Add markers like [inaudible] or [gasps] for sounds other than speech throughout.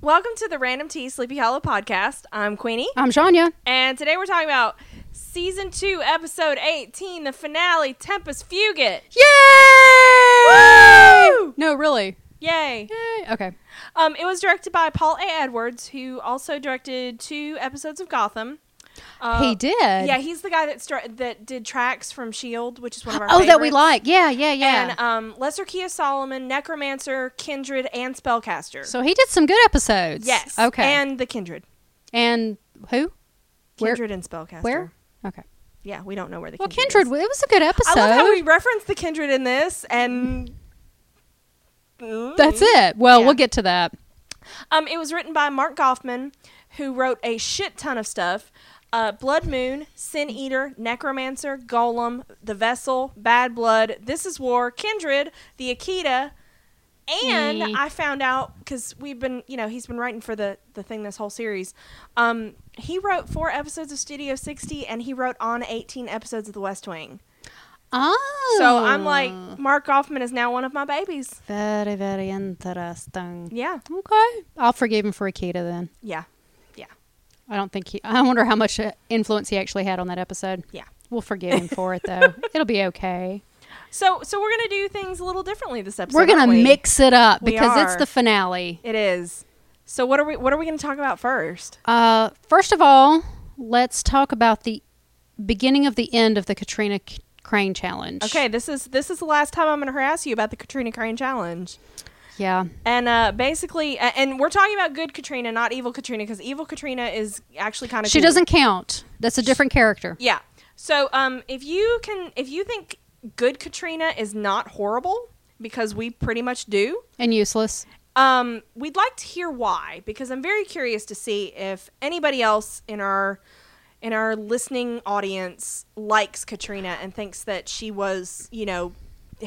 Welcome to the Random Tea Sleepy Hollow podcast. I'm Queenie, I'm Shania. and today we're talking about season two, episode 18, the finale, Tempest Fugit. Yay! No, really. Yay. Yay. Okay. Um, it was directed by Paul A. Edwards, who also directed two episodes of Gotham. Uh, he did. Yeah, he's the guy that stra- that did tracks from Shield, E which is one of our oh, that we favorites. like. Yeah, yeah, yeah. And um, Lesser Kia Solomon, Necromancer, Kindred, and Spellcaster. so he did some good episodes. yes, Okay. and the Kindred, And who? Where- Kindred and Spellcaster. Where? Okay. Yeah, we don't know where the Well, Kindred. is. Kindred. It was a good episode. I love how we reference the kindred in this, and That's it. Well, Yeah. we'll get to that. um, it was written by Mark Goffman, who wrote a shit ton of stuff: uh, Blood Moon, Sin Eater, Necromancer, Golem, The Vessel, Bad Blood, This Is War, Kindred, The Akita, and Mm. I found out because we've been, you know, he's been writing for the the thing this whole series. Um, he wrote four episodes of Studio 60, and he wrote on 18 episodes of The West Wing. Oh. So I'm like, Mark Goffman is now one of my babies. Very, very interesting. Yeah, Okay. I'll forgive him for Akita then. yeah, I don't think he. I wonder how much uh, influence he actually had on that episode. yeah. We'll forgive him for it [laughs] though. It'll be okay. So, so we're gonna do things a little differently this episode. We're gonna aren't we? mix it up We because it's are. the finale. It is. So, what are we? What are we gonna talk about first? Uh, first of all, let's talk about the beginning of the end of the Katrina C- Crane challenge. Okay, this is this is the last time I'm gonna harass you about the Katrina Crane challenge. Yeah. And uh, basically, a- and we're talking about good Katrina, not evil Katrina, because evil Katrina is actually kind of She doesn't count. That's a different character. Yeah. So, um, if you can, if you think good Katrina is not horrible, because we pretty much do, And useless. Um, we'd like to hear why because I'm very curious to see if anybody else in our in our listening audience likes Katrina and thinks that she was, you know,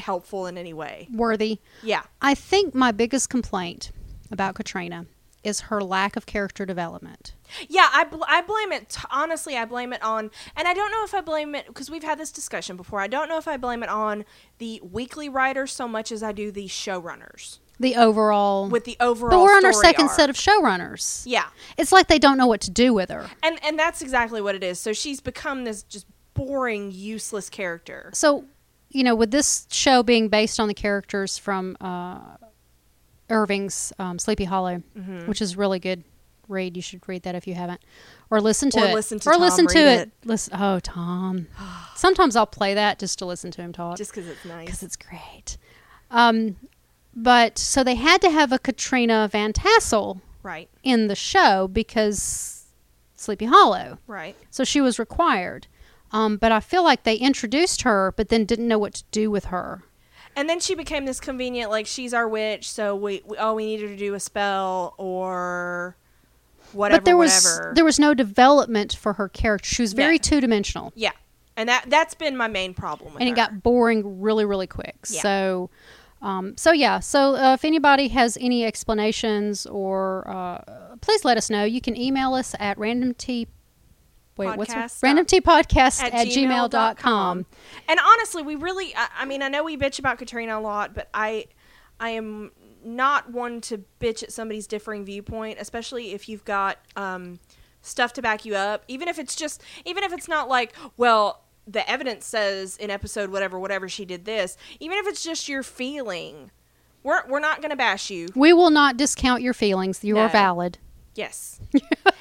helpful in any way. Worthy. Yeah. I think my biggest complaint about Katrina is her lack of character development. Yeah, I, bl- I blame it. T- honestly, I blame it on, and I don't know if I blame it because we've had this discussion before. I don't know if I blame it on the weekly writers so much as I do the showrunners The overall. with the overall. but we're on our story second arc. set of showrunners. Yeah. It's like they don't know what to do with her. and and that's exactly what it is so she's become this just boring useless character So, you know, with this show being based on the characters from uh, Irving's um, Sleepy Hollow, Mm-hmm. which is really good read. You should read that if you haven't, or listen to Or it, listen to or Tom listen to read it. it. Listen, oh, [sighs] Tom. Sometimes I'll play that just to listen to him talk just because it's nice because it's great. Um, but so they had to have a Katrina Van Tassel right in the show because Sleepy Hollow. right So she was required. Um, but I feel like they introduced her, but then didn't know what to do with her. and then she became this convenient like she's our witch so we, we oh we need her to do a spell or whatever but there was whatever there was no development for her character. She was very No. two dimensional, yeah and that that's been my main problem with and it her. got boring really, really quick. Yeah. So, um, so yeah. So uh, if anybody has any explanations or uh, please let us know. You can email us at random t. Wait, what's Podcast, uh, random t podcast at, gmail gmail dot dot com. com. And honestly, we really, I, I mean, I know we bitch about Katrina a lot, but I, I am not one to bitch at somebody's differing viewpoint, especially if you've got um, stuff to back you up. Even if it's just, even if it's not like, well, the evidence says in episode whatever, whatever she did this. Even if it's just your feeling, we're we're not gonna bash you. We will not discount your feelings. You No. are valid. [laughs] Yes.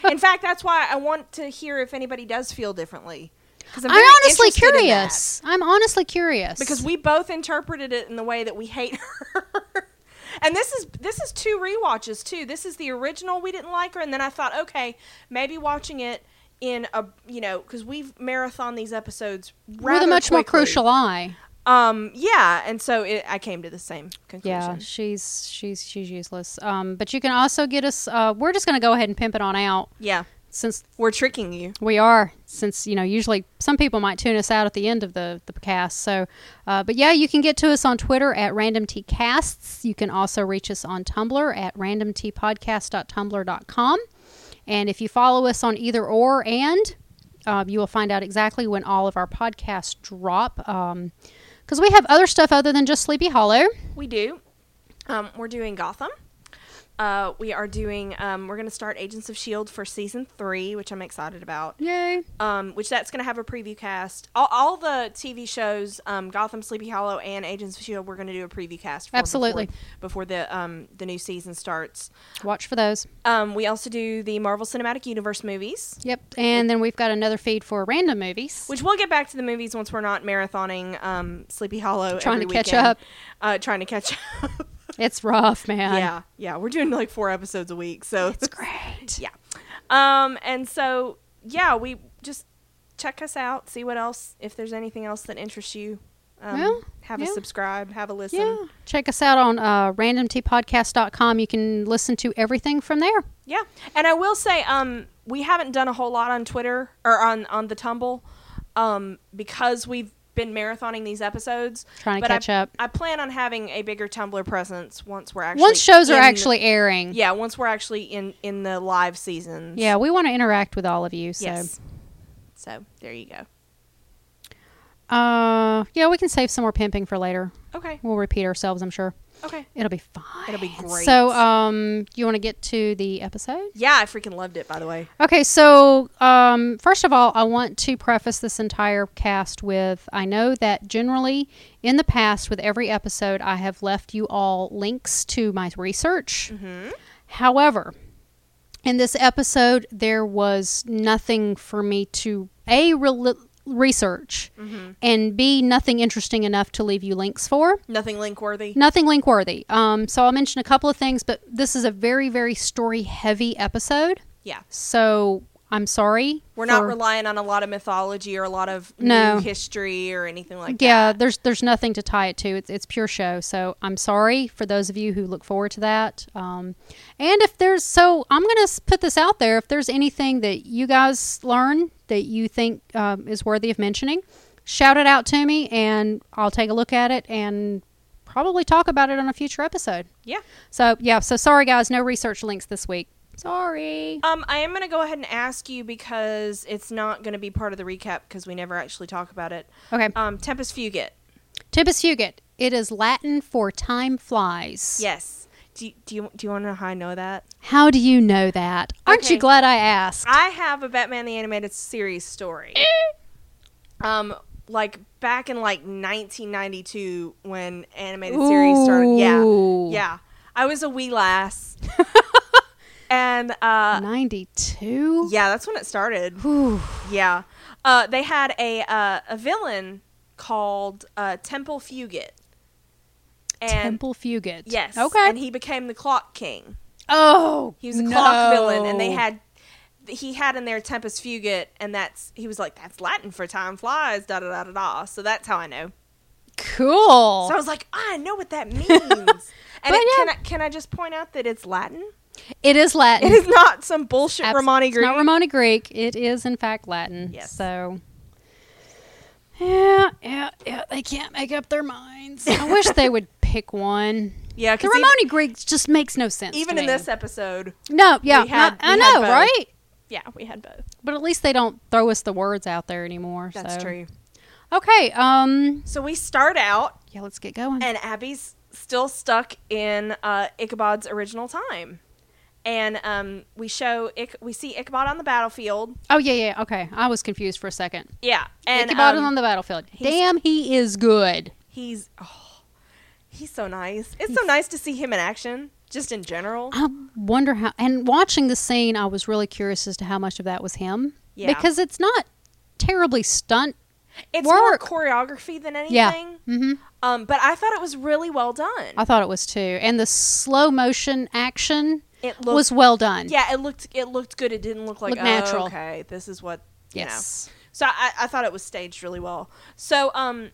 in fact, that's why I want to hear if anybody does feel differently. 'Cause I'm very honestly interested in that. curious. I'm honestly curious because we both interpreted it in the way that we hate her. [laughs] and this is this is two rewatches too. This is the original we didn't like her, and then I thought, okay, maybe watching it in a you know because we've marathon these episodes rather with a much more quickly. crucial eye. Um, yeah, and so it, I came to the same conclusion. Yeah, she's she's she's useless. Um, but you can also get us. Uh, we're just going to go ahead and pimp it on out Yeah. since we're tricking you. we are. Since you know, usually some people might tune us out at the end of the the cast. So, uh, but yeah, you can get to us on Twitter at randomtcasts. You can also reach us on Tumblr at randomtpodcast.tumblr.com. And if you follow us on either or and, um, you will find out exactly when all of our podcasts drop. um, Because we have other stuff other than just Sleepy Hollow. We do. Um, we're doing Gotham. Uh, we are doing. Um, we're going to start Agents of Shield E for season three, which I'm excited about. Yay. Um, which that's going to have a preview cast. All, all the TV shows, um, Gotham, Sleepy Hollow, and Agents of Shield, E we're going to do a preview cast. for Absolutely. Before, before the um, the new season starts. Watch for those. Um, we also do the Marvel Cinematic Universe movies. Yep. And then we've got another feed for random movies. Which we'll get back to the movies once we're not marathoning um, Sleepy Hollow. Trying every to catch weekend. up. Uh, trying to catch up. [laughs] It's rough, man. yeah, yeah. We're doing like four episodes a week, so It's great. yeah. Um, and so yeah, we just check us out, see what else, if there's anything else that interests you. Um, Well, have yeah. a subscribe, have a listen. Yeah. Check us out on uh, randomtpodcast.com. You can listen to everything from there. Yeah, and I will say, um, we haven't done a whole lot on Twitter or on on the Tumble, um, because we've been marathoning these episodes. Trying to but catch I, up. I plan on having a bigger Tumblr presence once we're actually Once shows are in- actually airing. yeah once we're actually in in the live seasons. Yeah, we want to interact with all of you. So, Yes. So there you go. uh, yeah, we can save some more pimping for later. Okay. We'll repeat ourselves, I'm sure. Okay. It'll be fine. It'll be great. So, um, you want to get to the episode? Yeah, I freaking loved it. By the way. Okay, so um, first of all, I want to preface this entire cast with I know that generally in the past, with every episode, I have left you all links to my research. Mm-hmm. However, in this episode, there was nothing for me to A, re- research, Mm-hmm. and B, nothing interesting enough to leave you links for. Nothing link worthy. Nothing link worthy. Um, so I'll mention a couple of things, but this is a very, very story heavy episode. Yeah. So I'm sorry. We're not for- relying on a lot of mythology or a lot of No. new history or anything like yeah, that. there's there's nothing to tie it to. It's it's pure show. So I'm sorry for those of you who look forward to that. Um, and if there's so I'm gonna s- put this out there. If there's anything that you guys learn that you think um, is worthy of mentioning, shout it out to me, and I'll take a look at it and probably talk about it on a future episode. Yeah. So yeah, so sorry guys, no research links this week. Sorry. Um, I am going to go ahead and ask you because it's not going to be part of the recap because we never actually talk about it. Okay. Um, Tempest Fugit. Tempus Fugit. It is Latin for time flies. Yes. Do you, do you, do you want to know how I know that? How do you know that? Aren't Okay. you glad I asked? I have a Batman the Animated Series story. um, like back in like 1992 when animated series started. Yeah, Ooh. yeah. I was a wee [laughs] lass, and uh, 92? yeah, that's when it started. Ooh. Yeah, uh, they had a uh, a villain called uh, Temple Fugit, and Temple Fugit. yes, Okay. and he became the Clock King. oh. He was a no. clock villain, and they had he had in there Tempest Fugit, and that's he was like that's Latin for time flies, da da da da da. So that's how I know. Cool. So I was like, I know what that [laughs] means. And it- yeah. can I can I just point out that it's Latin? it is Latin. It is not some bullshit Abs- Romani it's Greek. not Romani Greek. It is, in fact, Latin. Yes. So. Yeah, yeah, yeah. They can't make up their minds. I wish they [laughs] would pick one. yeah, The because even, Romani Greek just makes no sense. even to in me. this episode, No, yeah, we had- no, I we had know, both. right? yeah, we had both. But at least they don't throw us the words out there anymore. That's so. true. Okay. Um. So we start out, Yeah. Let's get going. and Abby's still stuck in uh, Ichabod's original time, and um, we show Ich- we see Ichabod on the battlefield. oh yeah, yeah. Okay. I was confused for a second. Yeah, and And about um, on the battlefield. he's- Damn, he is good. he's oh, he's so nice. It's so nice to see him in action, just in general. I wonder how. And watching the scene, I was really curious as to how much of that was him. Yeah. Because it's not terribly stunt. It's work. more choreography than anything. Yeah. hmm Um, but I thought it was really well done. I thought it was too. And the slow motion action It looked was well done. yeah, it looked it looked good. It didn't look like Looked oh, natural. Okay, this is what you know. Yes. So I, I thought it was staged really well. So um,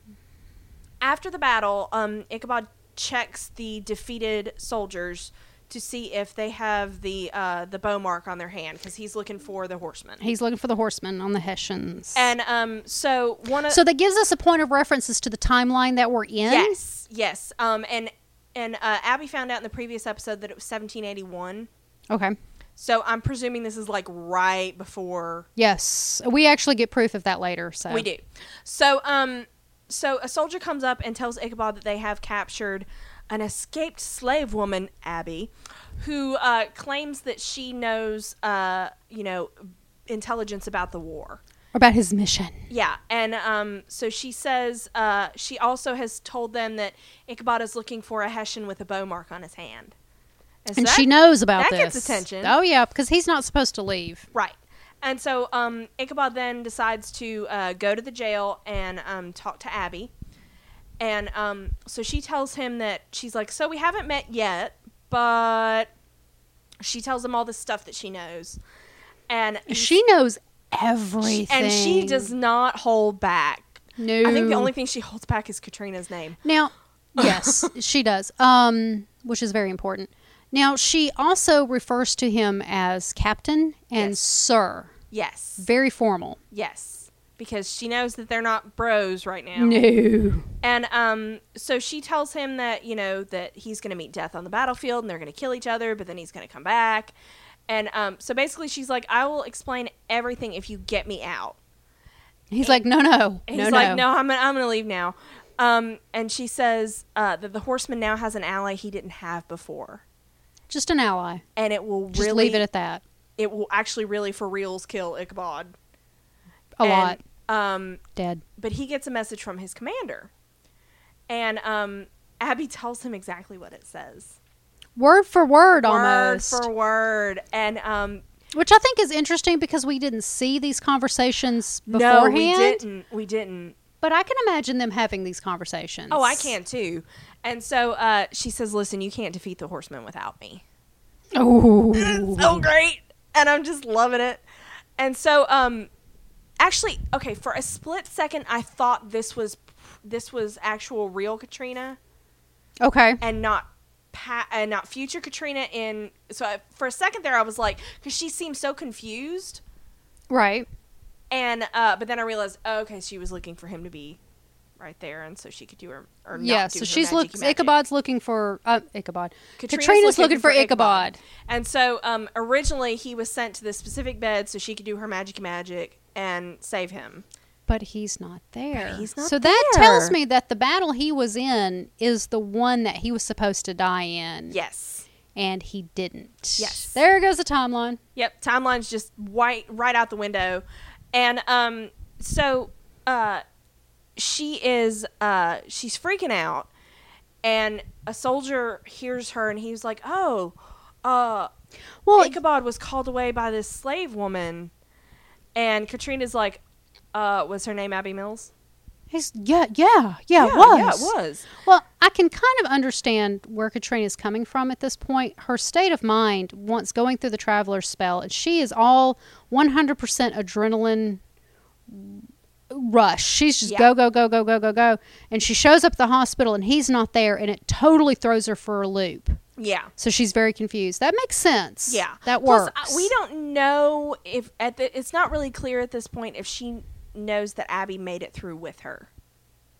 after the battle, um, Ichabod checks the defeated soldiers to see if they have the uh, the bow mark on their hand because he's looking for the horsemen. He's looking for the horseman on the Hessians. And um, so one of so that gives us a point of reference as to the timeline that we're in. yes, yes. Um, and and uh, Abby found out in the previous episode that it was 1781. Okay. So I'm presuming this is like right before Yes, we actually get proof of that later. So we do. So um, so a soldier comes up and tells Ichabod that they have captured an escaped slave woman, Abby, who uh, claims that she knows, uh, you know, intelligence about the war. About his mission. Yeah, and um, so she says uh, she also has told them that Ichabod is looking for a Hessian with a bow mark on his hand, so And that- she knows that about this. gets attention. Oh yeah, because he's not supposed to leave. Right. And so um, Ichabod then decides to uh, go to the jail and um, talk to Abby. And um, so she tells him that she's like, So we haven't met yet, but she tells him all this stuff that she knows. And She knows everything. and she does not hold back. No. I think the only thing she holds back is Katrina's name. [laughs] Now, yes, she does. Um, which is very important. Now, she also refers to him as captain and Yes. sir. Yes. Very formal. Yes. Because she knows that they're not bros right now. No. And um, so she tells him that you know that he's going to meet death on the battlefield and they're going to kill each other, but then he's going to come back. And um, so basically, she's like, "I will explain everything if you get me out." He's like, no, no, And no, he's no. like, "No, I'm gonna, I'm going to leave now." Um, and she says uh, that the horseman now has an ally he didn't have before, Just an ally. and it will Just really leave it at that. it will actually really for reals kill Ichabod A And, lot Um, dead. but he gets a message from his commander, and um, Abby tells him exactly what it says. Word for word, word almost. for word. And um, Which I think is interesting because we didn't see these conversations no, beforehand. we didn't. We didn't. But I can imagine them having these conversations. Oh, I can too. And so uh, she says, "Listen, you can't defeat the horseman without me." Oh. So great, and I'm just loving it. And so, um, actually, okay, for a split second, I thought this was this was actual real Katrina Okay. and not. Pa- and not future Katrina in so I, for a second there I was like because she seemed so confused Right. And uh, but then I realized, oh, okay, she was looking for him to be right there, and so she could do her or not Yeah, do so her she's magic look. magic. Ichabod's looking for uh, Ichabod. Katrina's, looking, for Ichabod. And so um, originally he was sent to this specific bed so she could do her magic magic and save him. but he's not there. he's not so that tells there. me that the battle he was in is the one that he was supposed to die in. Yes. and he didn't. Yes. there goes the timeline. Yep. Timeline's just white right out the window, and um, so uh, she is uh, she's freaking out, and a soldier hears her, and he's like, oh, uh. Well, Ichabod was called away by this slave woman, and Katrina's like, uh, was her name Abby Mills? he's yeah, yeah, yeah, it was. Yeah, it was. Well, I can kind of understand where Katrina's coming from at this point. Her state of mind once going through the traveler's spell, and she is all 100% adrenaline rush. She's just Yeah. go, go, go, go, go, go, go. And she shows up at the hospital, and he's not there, and it totally throws her for a loop. Yeah. So she's very confused. That makes sense. Yeah. That Plus, works. I- we don't know if at the, it's not really clear at this point if she knows that Abby made it through with her.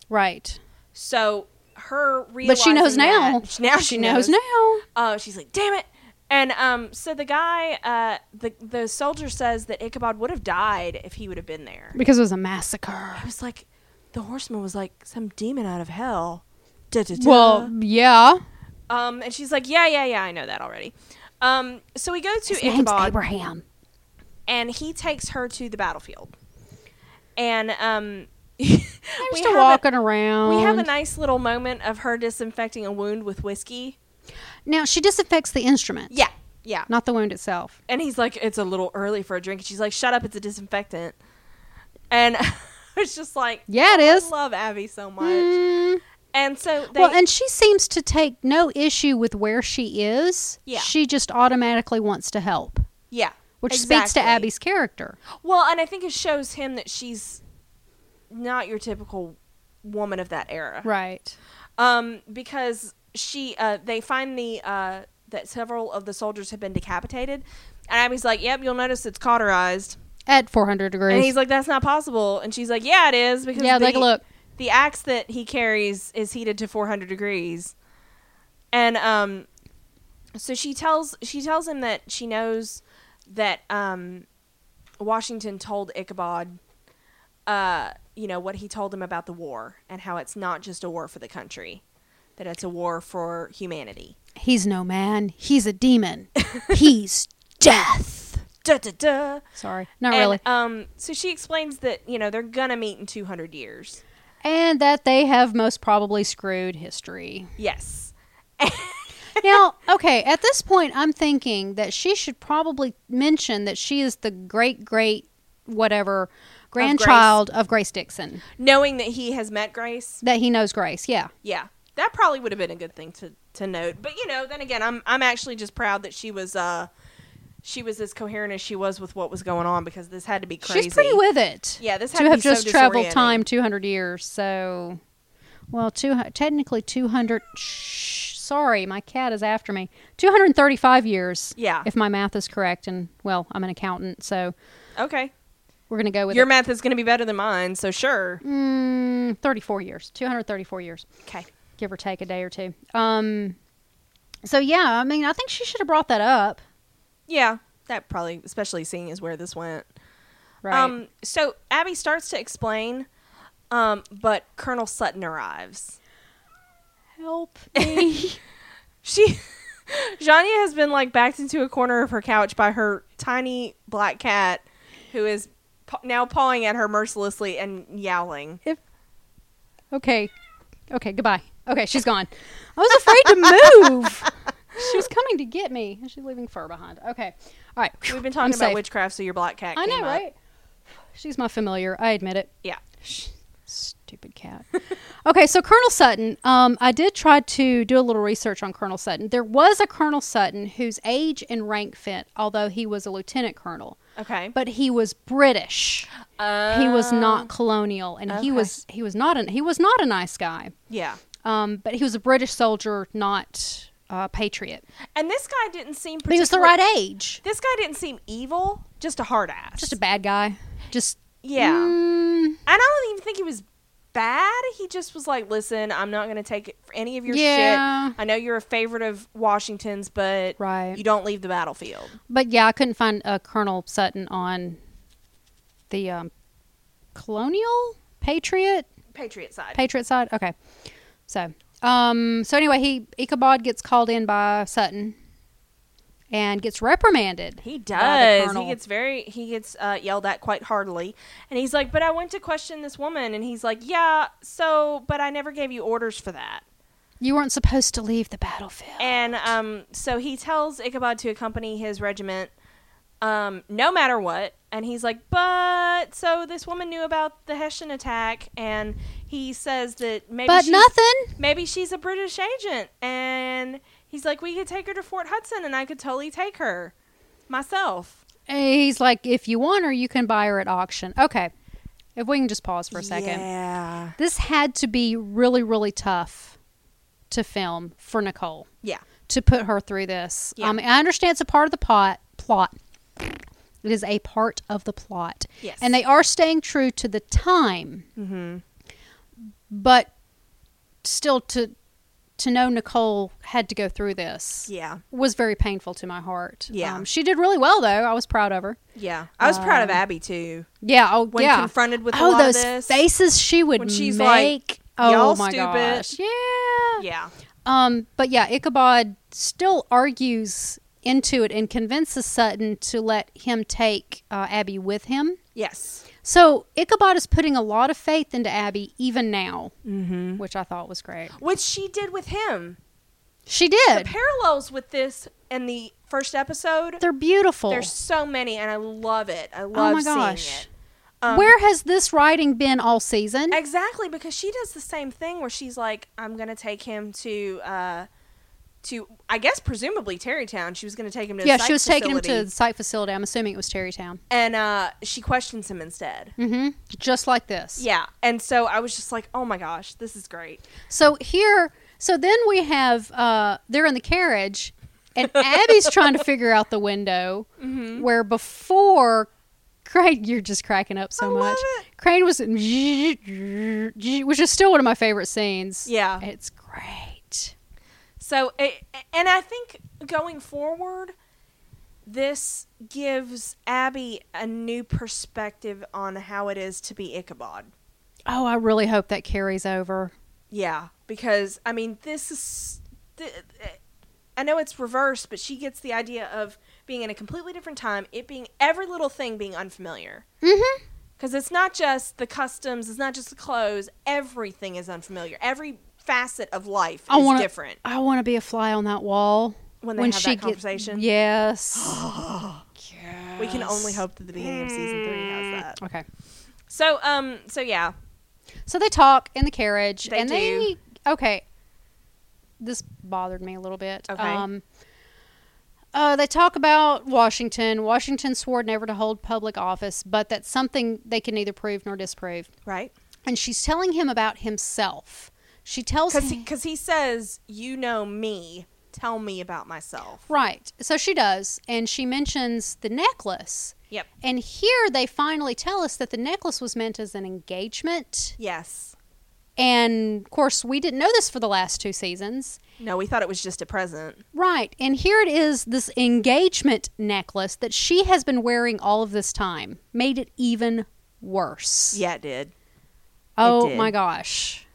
Right. So her realizing But she [laughs] knows now. that- now she knows now. Uh, she's like, damn it. And um, so the guy, uh, the the soldier says that Ichabod would have died if he would have been there. Because it was a massacre. I was like, the horseman was like some demon out of hell. Da, da, da. Well, yeah. um, and she's like, yeah, yeah, yeah, I know that already. Um, so we go to His name's Ichabod, Abraham. and he takes her to the battlefield, and um, [laughs] They're we still have walking a, around. we have a nice little moment of her disinfecting a wound with whiskey. Now she disinfects the instrument, Yeah, yeah. not the wound itself. And he's like, it's a little early for a drink. And she's like, shut up, it's a disinfectant. And [laughs] it's just like, Yeah, it I is. love Abby so much. Mm. And so they, well, and she seems to take no issue with where she is. Yeah. She just automatically wants to help, yeah, which speaks to exactly. Abby's character. Well, and I think it shows him that she's not your typical woman of that era. Right. Um, because she, uh, they find the, uh, that several of the soldiers have been decapitated. And Abby's like, yep, you'll notice it's cauterized. At 400 degrees. And he's like, that's not possible. And she's like, yeah, it is. Because yeah, the, like, look. the axe that he carries is heated to 400 degrees. And, um, so she tells, she tells him that she knows that, um, Washington told Ichabod, uh, you know, what he told him about the war and how it's not just a war for the country, that it's a war for humanity. He's no man. He's [laughs] a demon. He's death. Duh, duh, duh. Sorry, not And, really. Um, so she explains that, you know, they're going to meet in 200 years. And that they have most probably screwed history. Yes. now, okay, at this point, I'm thinking that she should probably mention that she is the great, great, whatever grandchild of Grace Dixon, Knowing that he has met Grace. that he knows Grace. Yeah. Yeah. That probably would have been a good thing to, to note. But, you know, then again, I'm, I'm actually just proud that she was, uh, she was as coherent as she was with what was going on because this had to be crazy. She's pretty with it. Yeah, this had to to have be so just traveled disorienting. time 200 years. So, well, two, hu- technically 200. Shh, sorry, my cat is after me. 235 years. Yeah. If my math is correct. And, well, I'm an accountant. So Okay. we're going to go with Your it. math is going to be better than mine, so sure. Mm, 34 years. 234 years. Okay. give or take a day or two. Um, so yeah, I mean, I think she should have brought that up, Yeah, that probably, especially seeing as where this went. right? Um, so Abby starts to explain, um, but Colonel Sutton arrives. Help me! She, [laughs] Janya has been like backed into a corner of her couch by her tiny black cat, who is pa- now pawing at her mercilessly and yowling. if [laughs] okay, okay, goodbye. Okay, she's gone. I was afraid to move. she was coming to get me, and she's leaving fur behind. Okay, all right. We've been I'm talking about safe. witchcraft, so your black cat. I came know, up. right? She's my familiar. I admit it. Yeah. Stupid cat. [laughs] okay, so Colonel Sutton, um, I did try to do a little research on Colonel Sutton. There was a Colonel Sutton whose age and rank fit, although he was a lieutenant colonel, Okay. but he was British. he was not colonial, and okay. he was he was not an he was not a nice guy. Yeah. Um, but he was a British soldier, not a patriot. And this guy didn't seem. But he was the particularly- right age. This guy didn't seem evil. Just a hard ass. Just a bad guy. Just Yeah. mm, And I don't even think he was bad. He just was like, listen, I'm not going to take any of your Yeah. shit. I know you're a favorite of Washington's, but Right. you don't leave the battlefield. But yeah, I couldn't find uh, Colonel Sutton on the um, colonial patriot Patriot side. patriot side. Okay, so um, so anyway, he Ichabod gets called in by Sutton and gets reprimanded. he by the does. colonel. He gets very he gets uh, yelled at quite heartily, and he's like, "But I went to question this woman," and he's like, "Yeah, so, but I never gave you orders for that." you weren't supposed to leave the battlefield. And um, so he tells Ichabod to accompany his regiment, um, no matter what. And he's like, but so this woman knew about the Hessian attack, and he says that maybe but she's, nothing. maybe she's a British agent, and he's like, we could take her to Fort Hudson, and I could totally take her myself. He's like, if you want her, you can buy her at auction. Okay, if we can just pause for a second. yeah, This had to be really, really tough to film for Nicole. yeah, to put her through this. Yeah. Um, I understand it's a part of the pot, plot. It is a part of the plot. Yes. And they are staying true to the time. Mm-hmm. But still, to to know Nicole had to go through this yeah, was very painful to my heart. Yeah. Um, she did really well, though. I was proud of her. yeah. I was proud of Um, Abby too Yeah. Oh, when yeah. confronted with a oh, lot those of this. faces she would When she's make. like, oh "Y'all my stupid." gosh. Yeah. yeah, Um, but yeah, Ichabod still argues into it and convinces Sutton to let him take uh, Abby with him. yes, So Ichabod is putting a lot of faith into Abby even now, mm-hmm. which I thought was great. which she did with him. She the did. parallels with this and the first episode They're beautiful. there's so many and i love it i love my seeing gosh. it um, Where has this writing been all season? exactly because she does the same thing where she's like i'm gonna take him to uh to i guess presumably tarrytown she was gonna take him to the yeah, psych she was taking him to facility, the site facility. I'm assuming it was Terrytown. and uh she questions him instead Mm-hmm. Just like this. yeah and so i was just like oh my gosh this is great So here, so then we have uh, they're in the carriage, [laughs] and Abby's trying to figure out the window Mm-hmm. where before Crane, you're just cracking up so I love much. it. Crane was, which is still one of my favorite scenes. Yeah. it's great. So, it, and I think going forward, this gives Abby a new perspective on how it is to be Ichabod. Oh, I really hope that carries over. Yeah, because I mean, this is. Th- I know it's reversed, but she gets the idea of being in a completely different time. It being every little thing being unfamiliar. Mm-hmm. Because it's not just the customs, it's not just the clothes. Everything is unfamiliar. Every facet of life I is wanna- different I want to be a fly on that wall when they have that get- conversation. [gasps] yes. We can only hope that the beginning of season three has that. Okay. So, um, so yeah, So they talk in the carriage, They and they okay. This bothered me a little bit. Okay. Um, uh, they talk about Washington. Washington swore never to hold public office, but that's something they can neither prove nor disprove. [laughs] right? And she's telling him about himself. She tells him Because he, 'cause he says, "You know me. Tell me about myself." right. So she does, and she mentions the necklace. Yep. And here they finally tell us that the necklace was meant as an engagement. Yes. And of course, we didn't know this for the last two seasons. No, we thought it was just a present. Right. And here it is this engagement necklace that she has been wearing all of this time. Made it even worse. Yeah, it did. Oh did. my gosh.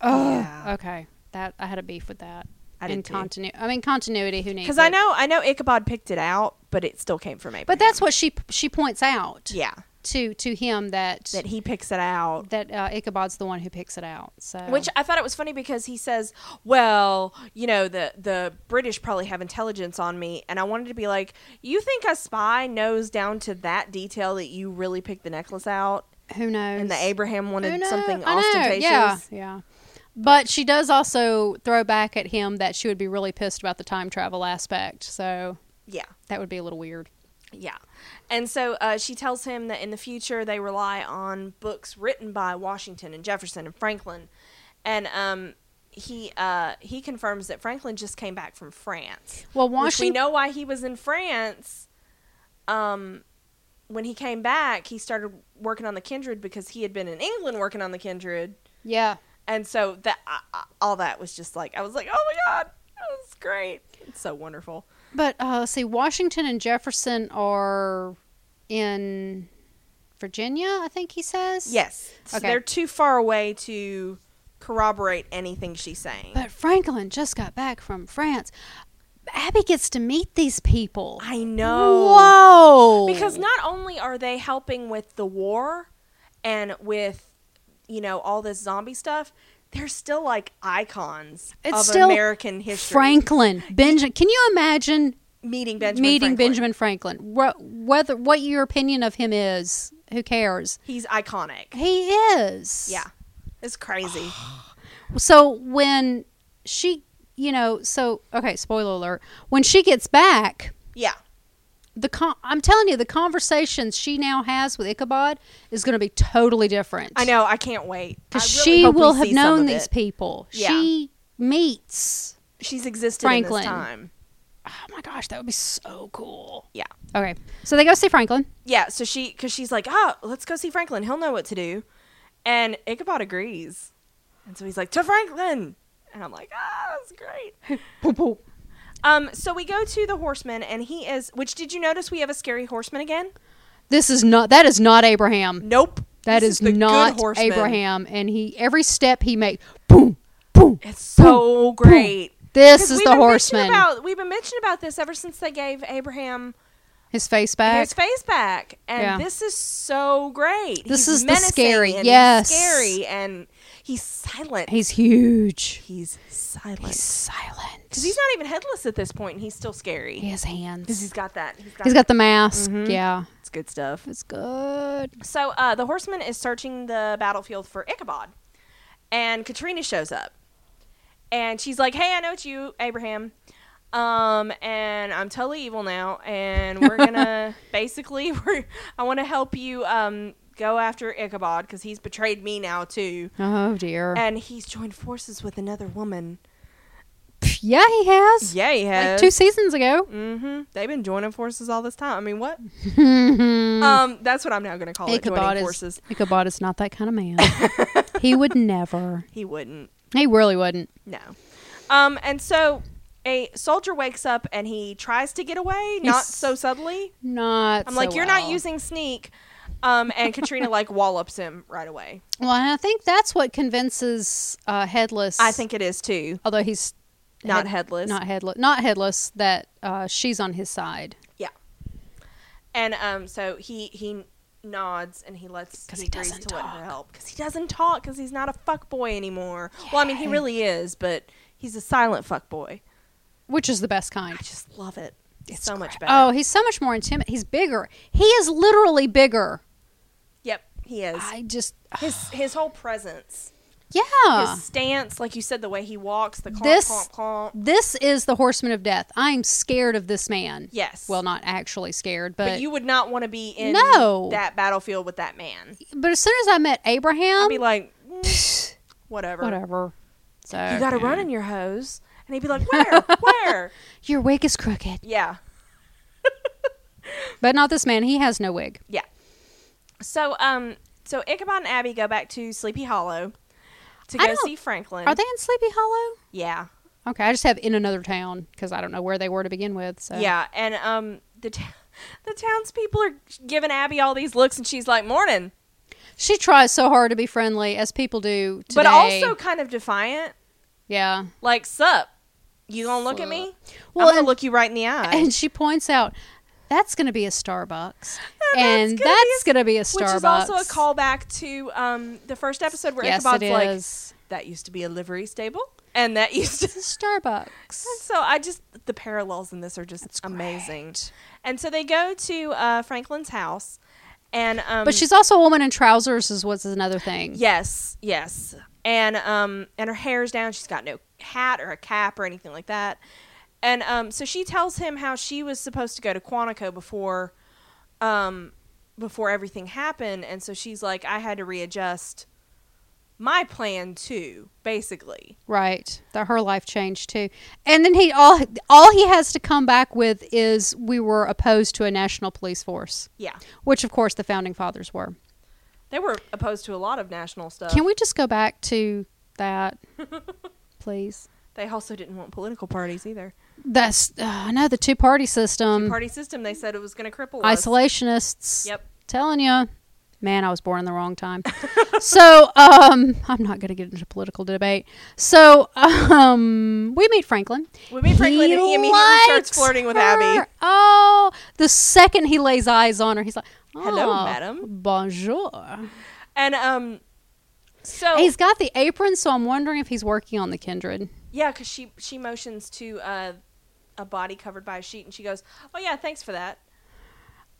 Oh, Yeah. okay. That I had a beef with that. I did and too. continu- I mean continuity who needs Because I it? know, I know Ichabod picked it out, but it still came from Abraham. But that's what she she points out yeah, to to him that that he picks it out. that uh, Ichabod's the one who picks it out. So Which I thought it was funny because he says, "Well, you know, the the British probably have intelligence on me," and I wanted to be like, "You think a spy knows down to that detail that you really picked the necklace out?" who knows? And the Abraham Who wanted knows? something I know, ostentatious. Yeah, yeah. But she does also throw back at him that she would be really pissed about the time travel aspect. So yeah. that would be a little weird. Yeah. And so uh, she tells him that in the future they rely on books written by Washington and Jefferson and Franklin. And um, he uh, he confirms that Franklin just came back from France. Well, Which we Washington. know why he was in France. Um, when he came back, he started working on the Kindred because he had been in England working on the Kindred. yeah. And so that I, I- all that was just like I was like, oh my god, that was great. It's so wonderful. But uh, let's see, Washington and Jefferson are in Virginia, I think he says. Yes. So Okay. They're too far away to corroborate anything she's saying. But Franklin just got back from France. Abby gets to meet these people. I know. Whoa. Because not only are they helping with the war and with, you know, all this zombie stuff, they're still like icons It's of still American history. Franklin, Benjamin. Can you imagine meeting Benjamin. meeting Franklin. Benjamin Franklin. Wh- whether what your opinion of him is, who cares? He's iconic. He is. Yeah. It's crazy. [sighs] So when she, you know, so okay, spoiler alert. When she gets back, yeah. the con- I'm telling you, the conversations she now has with Ichabod is going to be totally different. I know. I can't wait. I because really she hope we will see have some known of these it. people. Yeah. She meets. She's existed in Franklin. this time. Oh my gosh, that would be so cool. Yeah. Okay, so they go see Franklin. Yeah, so she because she's like, oh, let's go see Franklin. He'll know what to do, and Ichabod agrees, and so he's like to Franklin, and I'm like, ah, that's great. [laughs] Boop, boop. um, so we go to the horseman, and he is. Which did you notice we have a scary horseman again? This is not. That is not Abraham. Nope, That This is, the good not horseman. Abraham, and he every step he makes, boom, boom. It's so great. This 'Cause is we've the been bitching horseman. About, we've been mentioning about this ever since they gave Abraham his face back. his face back, and Yeah. this is so great. This He's is the menacing scary- and he's yes. scary, and he's silent. he's huge. He's silent. He's silent. Because he's not even headless at this point, and he's still scary. he has Because hands. he's got that. He's got, He's got the mask. Mhm. Yeah, it's good stuff. it's good. So uh, the horseman is searching the battlefield for Ichabod, and Katrina shows up, and she's like, "Hey, I know it's you, Abraham." Um, and I'm totally evil now, and we're [laughs] gonna basically, we're, I want to help you, um, go after Ichabod because he's betrayed me now too, Oh dear. and he's joined forces with another woman. Pff, yeah, he has. Yeah, he Like has. two seasons ago. Mm-hmm. They've been joining forces all this time. I mean, [laughs] what? Mhm. Um, that's what I'm now going to call it. Ichabod Joining is, forces. Ichabod is not that kind [laughs] of man. he would never. He wouldn't. He really wouldn't. No. Um, and so a soldier wakes up and he tries to get away, not He's- so subtly. Not. I'm like, so you're well." not using sneak. Um, and Katrina like wallops him right away. Well, and I think that's what convinces uh, Headless. I think it is too. although he's Not headless. not headless, not headless, that uh, she's on his side Yeah. And um, so he he nods and he lets 'Cause he, he agrees doesn't to let her talk. help because he doesn't talk because he's not a fuck boy anymore. Well, I mean he really is, but he's a silent fuck boy. which is the best kind. I just love it. It's so much Crap. better. Oh, he's so much more intimate. He's bigger. He is literally bigger. Yep, he is. I just his his whole presence, yeah. his stance, like you said, the way he walks, the clomp, This- clomp, clomp. This is the horseman of death. I'm scared of this man. Yes. Well, not actually scared, but, but you would not want to be in No. that battlefield with that man. but as soon as I met Abraham, I'd be [sighs] like, "Mm, whatever. Um, whatever. So You got to run in your hose, and he'd be [laughs] like, where, where? Your wig is crooked, Yeah, but not this man. He has no wig. yeah. So, um, so Ichabod and Abby go back to Sleepy Hollow to I go don't- see Franklin. Are they in Sleepy Hollow? Yeah, Okay, I just have in another town because I don't know where they were to begin with. So yeah, and um, the t- the townspeople are giving Abby all these looks, and she's like, morning. she tries so hard to be friendly as people do today. but also kind of defiant. yeah. Like, sup? You gonna look at me? Well, I'm gonna and- look you right in the eye. [laughs] And she points out that's going to be a Starbucks, And and that's gonna be that's a- going to be a Which Starbucks, is also a callback to um, the first episode where Yes, Ichabod's it like, is. that used to be a livery stable. And that [laughs] used to. Starbucks. [laughs] So I just, the parallels in this are just amazing. And so they go to uh, Franklin's house. And, um, But she's also a woman in trousers, is what's another thing. Yes, yes. And um and her hair's down. She's got no hat or a cap or anything like that. And um so she tells him how she was supposed to go to Quantico before um before everything happened and so she's like I had to readjust my plan too, basically. Right. That her life changed too. And then he all all he has to come back with is we were opposed to a national police force, Yeah. which of course the founding fathers were. They were opposed to a lot of national stuff. Can we just go back to [laughs] that, please? they also didn't want political parties either. That's uh, I know the two party system, Party system they said it was going to cripple us. isolationists. Yep. Telling you, man, I was born in the wrong time. [laughs] so um, I'm not going to get into political debate. So um, we meet Franklin. We meet Franklin and he immediately starts likes flirting with her. Abby. Oh, the second he lays eyes on her, he's like, Hello, "Ah, madam." Oh. Bonjour. And um so He's got the apron, so I'm wondering if he's working on the kindred. Yeah, because she she motions to uh, a body covered by a sheet, and she goes, "Oh yeah, thanks for that."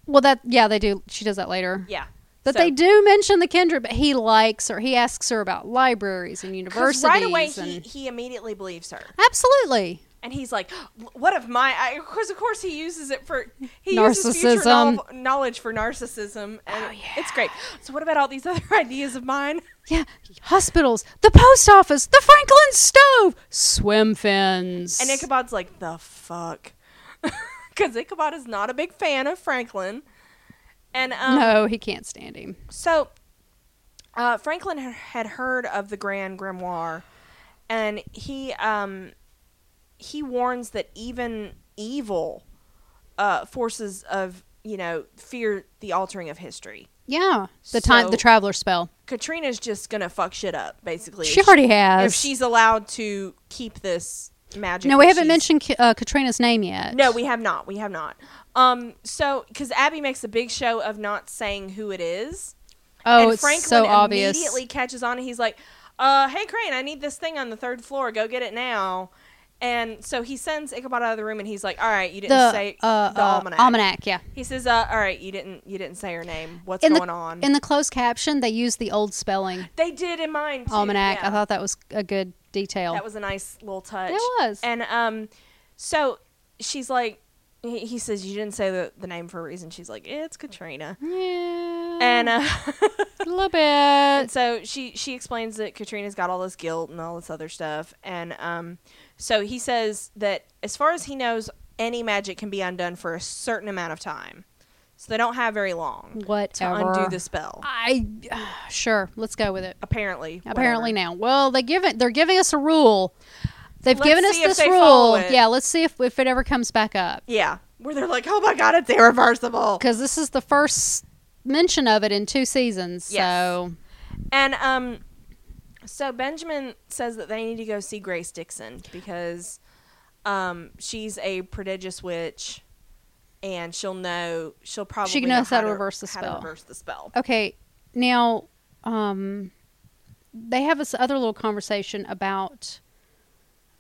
Well, that yeah, they do. She does that later. Yeah, But So- they do mention the kindred, but he likes her. He asks her about libraries and 'cause universities. right away he, and- he immediately believes her, absolutely. and he's like, "What if my?" I, of course, of course, he uses it for he uses future Narcissism. Oh, knowl- knowledge for narcissism, and it's great. So what about all these [laughs] other ideas of mine? Yeah, hospitals, the post office, the Franklin stove, swim fins. And Ichabod's like, "The fuck," [laughs] because Ichabod is not a big fan of Franklin, and um, no, he can't stand him. So, uh, Franklin h- had heard of the Grand Grimoire, and he um, he warns that even evil uh, forces of you know fear the altering of history. Yeah, the time, So- the traveler spell. Katrina's just gonna fuck shit up, basically. She if already if has. she's allowed to keep this magic. no, we that haven't she's- mentioned Ki- uh, Katrina's name yet. No, we have not. We have not. Um, so because Abby makes a big show of not saying who it is. Oh, and it's Franklin so obvious. immediately catches on and he's like, uh, hey Crane, I need this thing on the third floor. Go get it now. And so he sends Ichabod out of the room and he's like, All right, you didn't the say uh, uh, the almanac. yeah. He says, uh, all right, you didn't you didn't say her name. What's In going the on? in the closed caption, they use the old spelling they did in mine too, almanac. yeah. I thought that was a good detail. That was a nice little touch. It was. And um, so she's like he, he says, You didn't say the, the name for a reason. She's like, It's [laughs] Katrina. yeah, And uh [laughs] a little And bit. so she she explains that Katrina's got all this guilt and all this other stuff, and um, so he says that as far as he knows, any magic can be undone for a certain amount of time, so they don't have very long to Whatever. undo the spell. I [sighs] sure. Let's go with it. Apparently, Apparently whatever. now. Well, they give it. They're giving us a rule. They've Let's given us see if this they follow rule. it. Yeah, let's see if if it ever comes back up yeah, where they're like, oh my god, it's irreversible. because this is the first mention of it in two seasons. Yes. So And um, so Benjamin says that they need to go see Grace Dixon because um, she's a prodigious witch, and she'll know she'll probably knows know how to reverse the how spell. To reverse the spell. okay, now um, they have this other little conversation about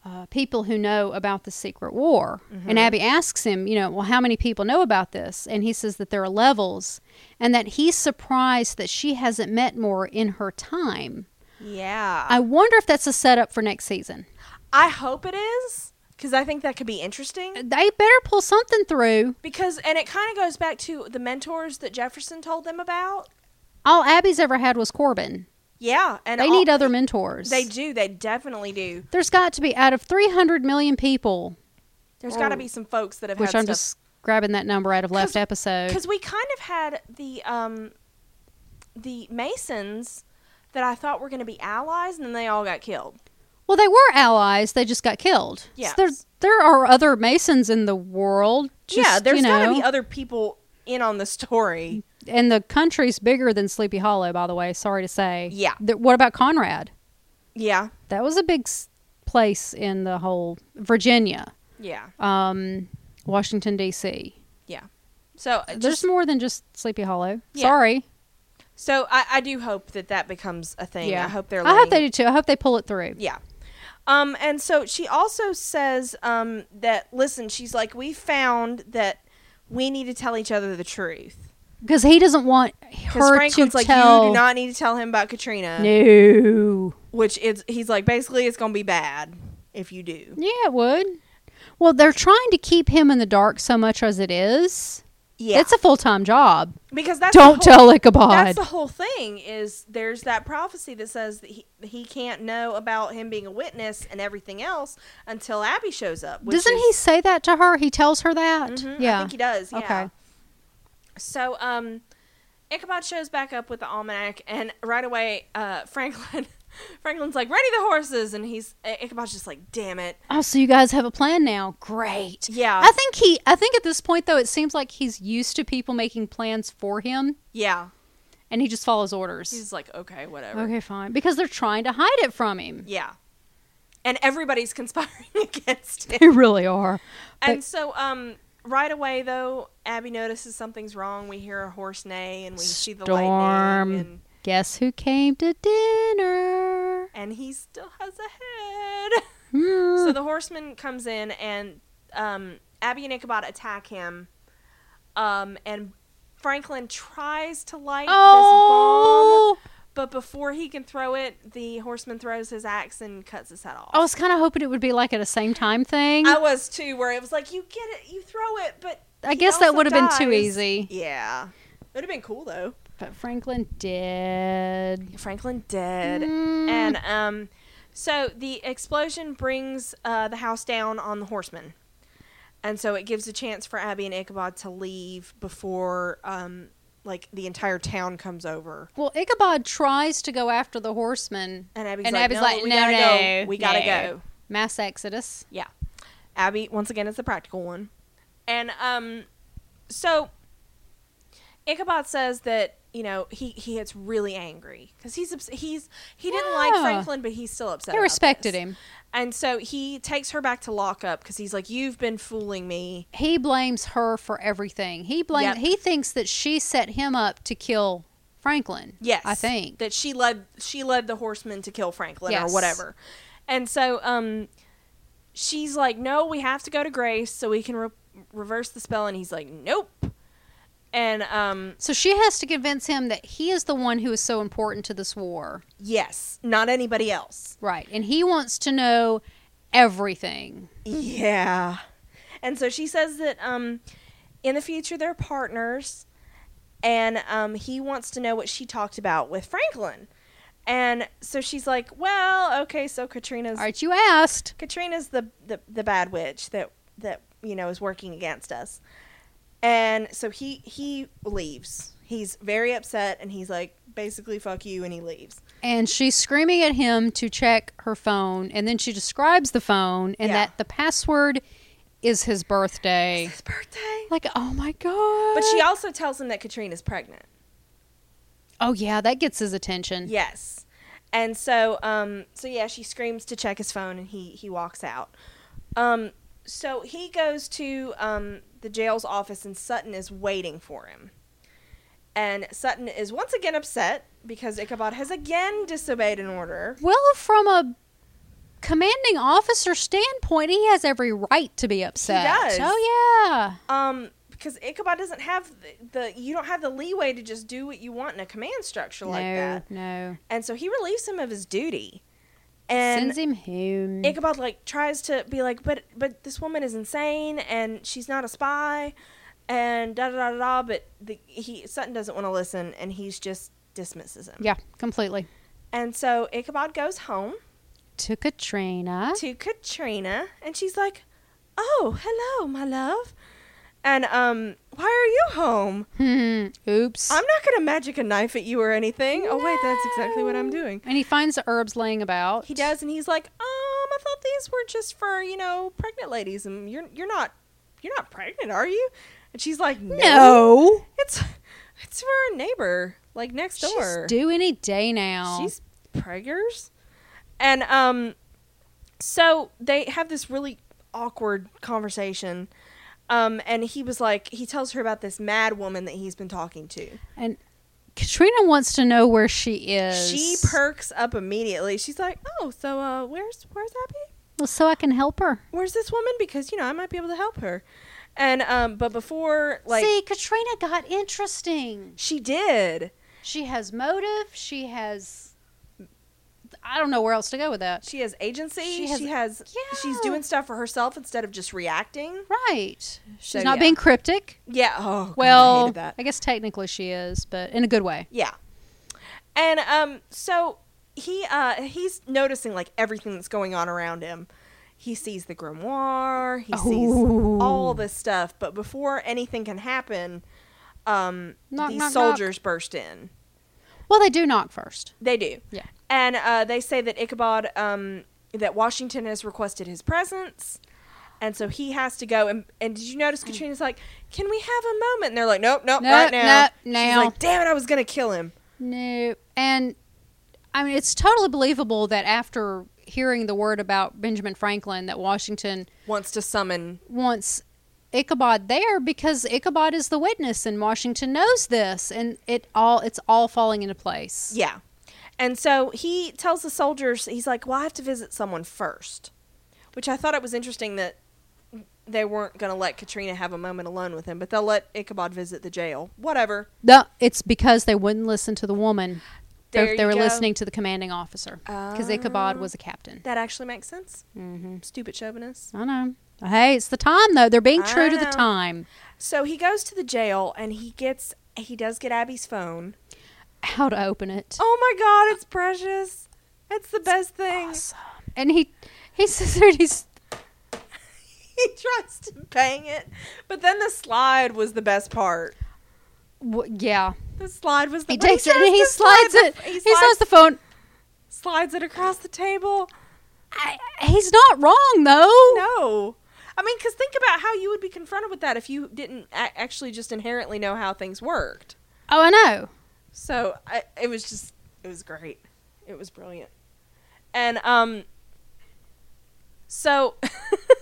uh, people who know about the secret war, Mm-hmm. and Abby asks him, you know, well, how many people know about this? And he says that there are levels, and that he's surprised that she hasn't met more in her time. Yeah, I wonder if that's a setup for next season. I hope it is because I think that could be interesting. They better pull something through. Because and it kind of goes back to the mentors that Jefferson told them about. All Abby's ever had was Corbin. Yeah, and They all- need other mentors. They do. They definitely do. There's got to be out of 300 million people, There's got to be some folks that have which had I'm stuff just grabbing that number out of last 'Cause- episode. because we kind of had the um the masons that i thought were going to be allies and then they all got killed Well, they were allies. They just got killed. Yes. there, there are other Masons in the world. Just, yeah there's you know, got to be other people in on the story and the country's bigger than Sleepy Hollow, by the way. Sorry to say. Yeah. Th- what about Conrad? yeah That was a big s- place in the whole Virginia, yeah um, Washington, D.C. yeah so uh, There's just more than just Sleepy Hollow. Yeah. Sorry. so I, I do hope that that becomes a thing i hope they're I hope they letting- do too. I hope they pull it through. yeah um and so she also says um that listen she's like we found that we need to tell each other the truth Because he doesn't want because her franklin's to like tell. you do not need to tell him about katrina no. which is he's like basically it's gonna be bad if you do Yeah, it would. Well, they're trying to keep him in the dark so much as it is. yeah It's a full time job. because that's Don't the whole, tell Ichabod. that's the whole thing is there's that prophecy that says that he, he can't know about him being a witness and everything else until abby shows up which Doesn't is, he say that to her? He tells her that. Mhm, yeah. i think he does yeah. Okay. so um ichabod shows back up with the almanac and right away uh [laughs] franklin franklin's like ready the horses and he's ichabod's just like damn it Oh, so you guys have a plan now. Great. Yeah. I think he. I think at this point though, it seems like he's used to people making plans for him, yeah and he just follows orders. he's like okay whatever okay, fine. Because they're trying to hide it from him. [laughs] Yeah. And everybody's [laughs] conspiring against him. They really are. And so, um, right away though, Abby notices something's wrong. We hear a horse neigh and we see the Storm. lightning and, Guess who came to dinner? and he still has a [laughs] head. Hmm. so the horseman comes in and um, Abby and Ichabod attack him. Um, and Franklin tries to light oh, this bomb, but before he can throw it, the horseman throws his axe and cuts his head off. I was kind of hoping it would be like at a same time thing. I I, was too, where it was like you get it, you throw it, but he guess that also would have been too dies. easy. Yeah, it would have been cool though. But Franklin did. Franklin dead, Mm. and um, so the explosion brings uh, the house down on the horseman, and so it gives a chance for Abby and Ichabod to leave before um, like the entire town comes over. Well, Ichabod tries to go after the horseman. And Abby's And like, Abby's no, like, we no, gotta no, go. We gotta no." go. Mass exodus. Yeah. Abby, once again, is the practical one. And um so Ichabod says that, you know, he he gets really angry cuz he's ups- he's he didn't like Yeah. Franklin, but he's still upset. They about respected this. him. And so he takes her back to lockup cuz he's like you've been fooling me. He blames her for everything. He Yep. blames. He thinks that she set him up to kill Franklin. Yes. I think. that she led she led the horsemen to kill Franklin Yes. or whatever. And so um she's like, "No, we have to go to Grace so we can re- reverse the spell." And he's like, "Nope." And um so she has to convince him that he is the one who is so important to this war. Yes, not anybody else. Right. And he wants to know everything. Yeah. And so she says that um in the future they're partners and um he wants to know what she talked about with Franklin. And so she's like, "Well, okay, so Katrina's All right, you asked. Katrina's the, the the bad witch that that you know is working against us." And so he he leaves. He's very upset and he's like, "Basically fuck you," and he leaves. And she's screaming at him to check her phone. And then she describes the phone and Yeah. that the password is his birthday. His birthday. Like, oh my God. But she also tells him that Katrina's pregnant. Oh yeah, that gets his attention. Yes. And so, um, so yeah, she screams to check his phone, and he he walks out. Um, so he goes to um, the jail's office, and Sutton is waiting for him. And Sutton is once again upset because Ichabod has again disobeyed an order. Well, from a commanding officer standpoint, he has every right to be upset. does. Oh yeah. Um, because Ichabod doesn't have the, the you don't have the leeway to just do what you want in a command structure like no, that. no. And so he relieves him of his duty. And Sends him home. Ichabod like tries to be like, but but this woman is insane and she's not a spy, and da da da da. da, But the, he Sutton doesn't want to listen, and he's just dismisses him. yeah, completely. And so Ichabod goes home To Katrina. to Katrina, and she's like, "Oh, hello, my love," and um, why are you home? Hmm. [laughs] Oops. I'm not gonna magic a knife at you or anything. Oh wait, that's exactly what I'm No. doing. and he finds the herbs laying about. He does, and he's like, um, I thought these were just for you know pregnant ladies, and you're you're not you're not pregnant, are you? And she's like, No, No. it's it's for our neighbor, like next door. She's due any day now. She's preggers, and um, so they have this really awkward conversation. Um, and he was like, he tells her about this mad woman that he's been talking to. and Katrina wants to know where she is. She perks up immediately. She's like, "Oh, so uh, where's where's Abby? Well, so I can help her. where's this woman because you know i might be able to help her and um but before like See, Katrina got interesting. she did She has motive. She has. I don't know where else to go with that. she has agency She she has- has, Yeah. she's doing stuff for herself instead of just reacting Right. She's So, not yeah. being cryptic. yeah oh God, I Well, hated that. I guess technically she is, but in a good way. yeah and um so he uh he's noticing like everything that's going on around him he sees the grimoire he Ooh. sees all this stuff but before anything can happen um Knock, these knock, knock. soldiers burst in Well, they do knock first. They do. Yeah. And uh, they say that Ichabod, um, that Washington has requested his presence. And so he has to go. And, and did you notice Katrina's like, can we have a moment? And they're like, nope, nope, Nope, right now. nope, now. She's like, damn it, I was going to kill him. No. And I mean, it's totally believable that after hearing the word about Benjamin Franklin, that Washington Wants to summon. wants Ichabod there because Ichabod is the witness and Washington knows this and it all it's all falling into place. Yeah. And so he tells the soldiers, he's like, well, I have to visit someone first. Which I thought it was interesting that they weren't going to let Katrina have a moment alone with him, but they'll let Ichabod visit the jail. Whatever. No, it's because they wouldn't listen to the woman. They- There they you were go. Oh. listening to the commanding officer because Ichabod was a captain. That actually makes sense. Mm-hmm. Stupid chauvinist. I know. Hey, it's the time though. They're being true I to the know. time. So he goes to the jail and he gets he does get Abby's phone. How to open it? Oh my god, it's precious. It's the best thing. Awesome. And he he says that he's [laughs] He tries to bang it, but then the slide was the best part. w- yeah. The slide was the He takes it tries and he to slide slides the- it. He He slides, slides the phone. slides it across the table. I, he's not wrong though. No. I mean, because think about how you would be confronted with that if you didn't a- actually just inherently know how things worked. Oh, I know. So I, it was just, it was great. It was brilliant. And, um, so,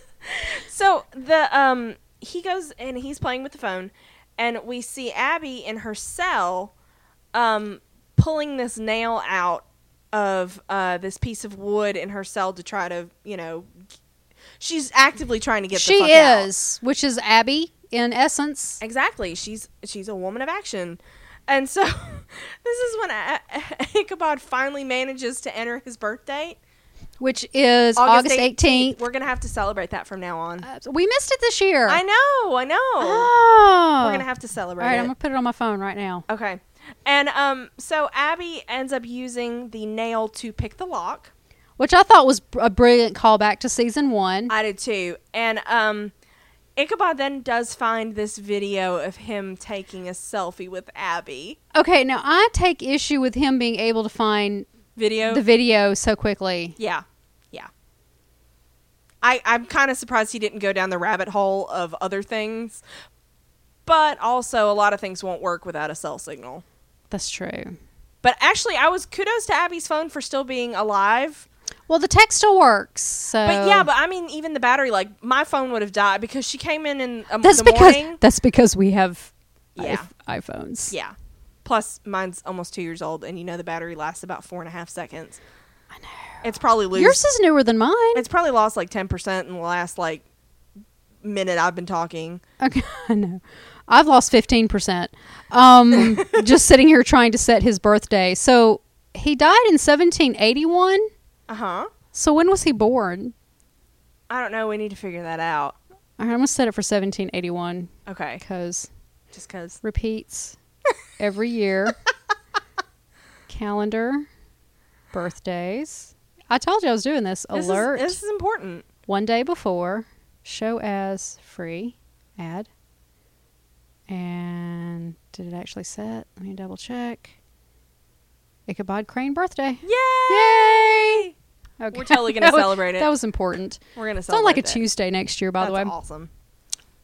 [laughs] so the, um, he goes and he's playing with the phone, and we see Abby in her cell, um, pulling this nail out of, uh, this piece of wood in her cell to try to, you know, she's actively trying to get the she fuck out. is, which is Abby in essence. Exactly. She's she's a woman of action. And so [laughs] this is when I- Ichabod finally manages to enter his birth date. which is August eighteenth. Uh, We're going to have to celebrate that from now on. we missed it this year. I know. I know. [gasps] Oh, We're going to have to All celebrate right, it. I'm gonna put it on my phone right now. okay. And um so Abby ends up using the nail to pick the lock. Which I thought was br- a brilliant callback to season one. I did too. And um Ichabod then does find this video of him taking a selfie with Abby. okay, now I take issue with him being able to find Video the video so quickly. Yeah. Yeah. I, I'm kind of surprised he didn't go down the rabbit hole of other things. But also, a lot of things won't work without a cell signal. That's true. But actually, I was kudos to Abby's phone for still being alive. Well, the text still works. So But yeah, but I mean, even the battery, like my phone would have died because she came in in um, that's the because morning. that's because we have Yeah. i- iPhones. Yeah. Plus, mine's almost two years old, and you know the battery lasts about four and a half seconds. I know. It's probably loose. Yours is newer than mine. it's probably lost like ten percent in the last like minute I've been talking. Okay, [laughs] I know. I've lost fifteen percent. [laughs] Um, just sitting here trying to set his birthday. So he died in seventeen eighty one. Uh huh. So when was he born? I don't know. We need to figure that out. All right, I'm gonna set it for seventeen eighty one Okay. because Just because. repeats every [laughs] year. Calendar, birthdays. I told you I was doing this. Alert This is, this is important. one day before. Show as free ad. And did it actually set? Let me double check. Ichabod Crane birthday. Yay! Yay! Okay. We're totally gonna [laughs] That was- celebrate it. That was important. We're gonna. It's on like a celebrate Tuesday next year, that. by the way. That's awesome.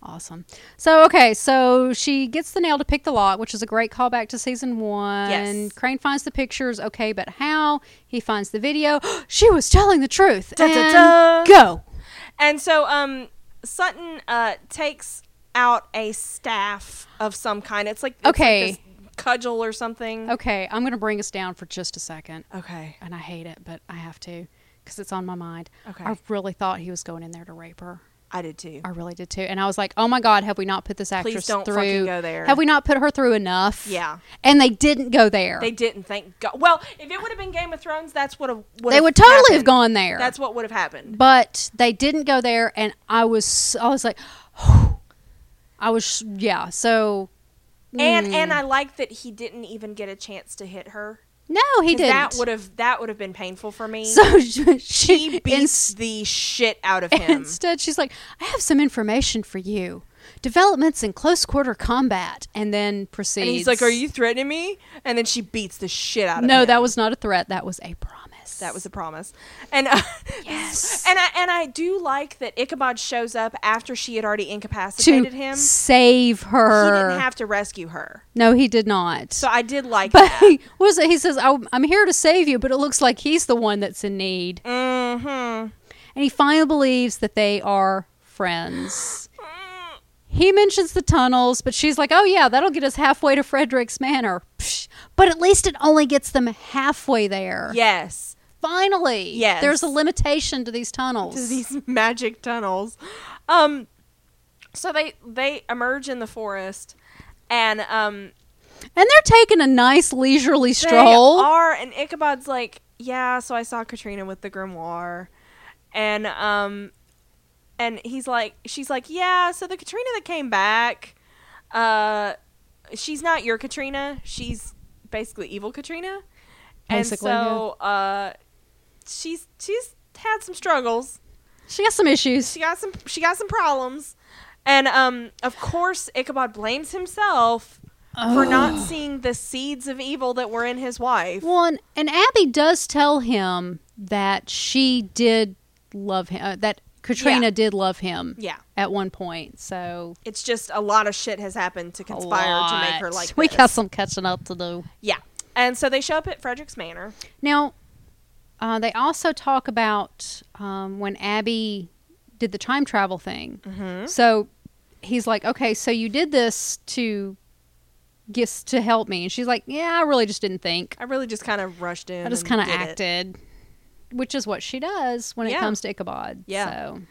Awesome. So okay, so she gets the nail to pick the lock, which is a great callback to season one. Yes. Crane finds the pictures. Okay, but how? He finds the video. [gasps] she was telling the truth. Da, da, and da. Go. And so, um, Sutton uh takes out a staff of some kind. It's like it's like Okay. this cudgel or something. Okay, I'm gonna bring us down for just a second, Okay. and I hate it, but I have to because it's on my mind. Okay. I really thought he was going in there to rape her. I did too. I really did too, and I was like, "Oh my God, have we not put this actress don't through? fucking go there. Have we not put her through enough? Yeah. And they didn't go there. They didn't. Thank God. Well, if it would have been Game of Thrones, that's what would They would totally have gone there. That's what would have happened. but they didn't go there and i was i was like i was yeah so And and Hmm. I like that he didn't even get a chance to hit her. no he 'Cause didn't That would have that would have been painful for me. [laughs] so she, she beats ins- the shit out of him. instead she's like i have some information for you developments in close quarter combat and then proceeds and he's like, "Are you threatening me?" And then she beats the shit out of him. no that was not a threat that was a promise that was a promise. And uh, Yes. [laughs] and I and I do like that Ichabod shows up after she had already to incapacitated him. save He her didn't have to rescue her. no he did not So I did like but that. he what was it he says I'm, I'm here to save you but it looks like he's the one that's in need Mhm. and he finally believes that they are friends. He mentions the tunnels, but she's like, "Oh yeah, that'll get us halfway to Frederick's Manor." Psh, but at least it only gets them halfway there. Yes. Finally, Yes. There's a limitation to [laughs] these tunnels. to these [laughs] magic tunnels. Um, so they they emerge in the forest, and um, and they're taking a nice leisurely they stroll. are and Ichabod's like, yeah. So I saw Katrina with the grimoire, and um, and he's like, she's like, yeah. So the Katrina that came back, uh, she's not your Katrina. She's basically evil Katrina, Basically, and so uh, she's she's had some struggles. she got some issues. she got some she got some problems and um of course ichabod blames himself for Oh. not seeing the seeds of evil that were in his wife One and Abby does tell him that she did love him. Uh, that Katrina Yeah. did love him yeah at one point. So it's just a lot of shit has happened to a conspire to make her lot. like [laughs] we this. got some catching up to do. yeah and so they show up at frederick's manor Now, uh, they also talk about um, when Abby did the time travel thing. Hmm? So he's like, "Okay, so you did this to get to help me," and she's like, "Yeah, I really just didn't think. i really just kind of rushed in I just and kind of did it. acted," which is what she does when Yeah. it comes to Ichabod. Yeah. So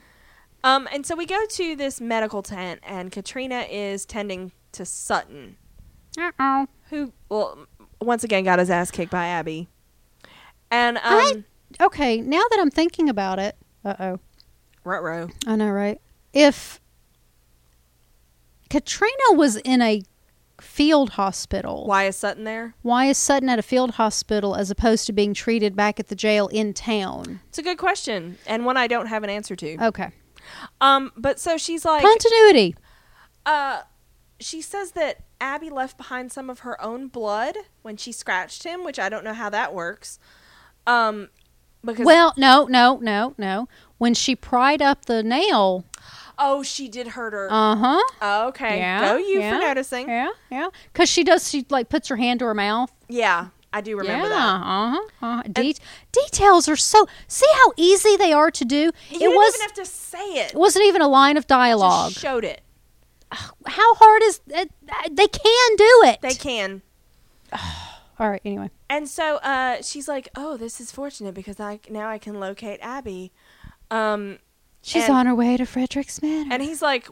um and so we go to this medical tent and katrina is tending to sutton Uh-oh. who well once again got his ass kicked by abby and um I- okay, now that I'm thinking about it, uh oh. Ruh-roh. I know, right? If Katrina was in a field hospital, why is sutton there why is Sutton at a field hospital as opposed to being treated back at the jail in town? It's a good question and one I don't have an answer to. Okay. Um, but so she's like, Continuity. uh, she says that Abby left behind some of her own blood when she scratched him, which I don't know how that works. Um, because Well, no, no, no, no. When she pried up the nail, oh, she did hurt her. uh huh. Oh, okay, yeah, go you yeah, for noticing. Yeah. Yeah, yeah. Because she does, she like puts her hand to her mouth. I do remember that. yeah, uh-huh, uh-huh. Det- details are so. See how easy they are to do. You it didn't was. even have to say it. it wasn't even a line of dialogue. Just showed it. how hard is that? They can do it. They can. All right. Anyway. And so uh, she's like, "Oh, this is fortunate because I now I can locate Abby." Um, She's And- on her way to Frederick's Manor. and he's like,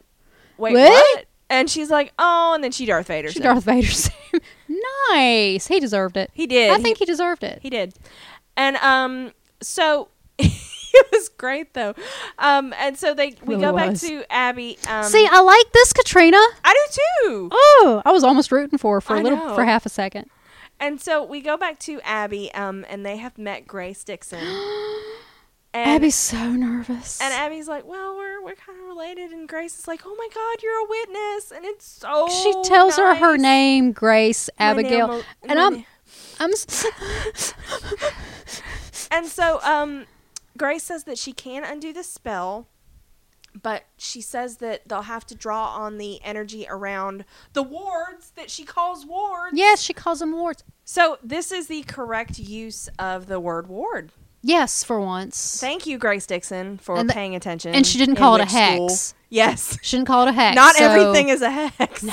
"Wait, What? what?" And she's like, "Oh," and then she Darth Vader. She Darth Vader's. [laughs] nice. He deserved it. He did. I He- think he deserved it. He did. And um so [laughs] it was great though. Um and so they we Really go was. back to Abby um See, I like this Katrina. I do too. Oh, I was almost rooting for her for a I little know. for half a second. And so we go back to Abby um and they have met Grace [gasps] Dixon. And, Abby's so nervous. and Abby's like, "Well, we're we're kind of related." And Grace is like, "Oh my god, you're a witness." And it's so she tells her her nice. name, Grace My Oh, name Abigail, al- and my I'm, name- I'm. s- [laughs] And so um Grace says that she can undo the spell, but she says that they'll have to draw on the energy around the wards that she calls wards. yes, she calls them wards. So this is the correct use of the word ward. Yes, for once. Thank you, Grace Dixon, for And the- paying attention. and she didn't in call it a witch school. hex. Yes. Shouldn't call it a hex. Not so everything is a hex.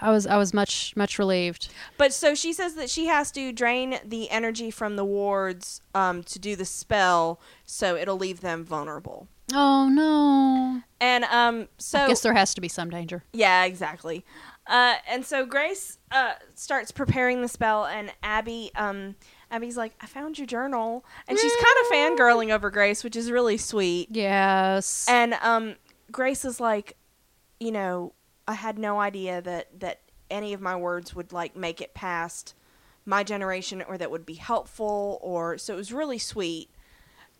I was I was much much relieved. But so she says that she has to drain the energy from the wards um, to do the spell, so it'll leave them vulnerable. Oh no! And um, so Guess there has to be some danger. Yeah, exactly. Uh, and so Grace uh, starts preparing the spell, and Abby, um, Abby's like, "I found your journal," and she's kind of fangirling over Grace, which is really sweet. Yes. And um, Grace is like, "You know, I had no idea that that any of my words would like make it past my generation, or that would be helpful, or so it was really sweet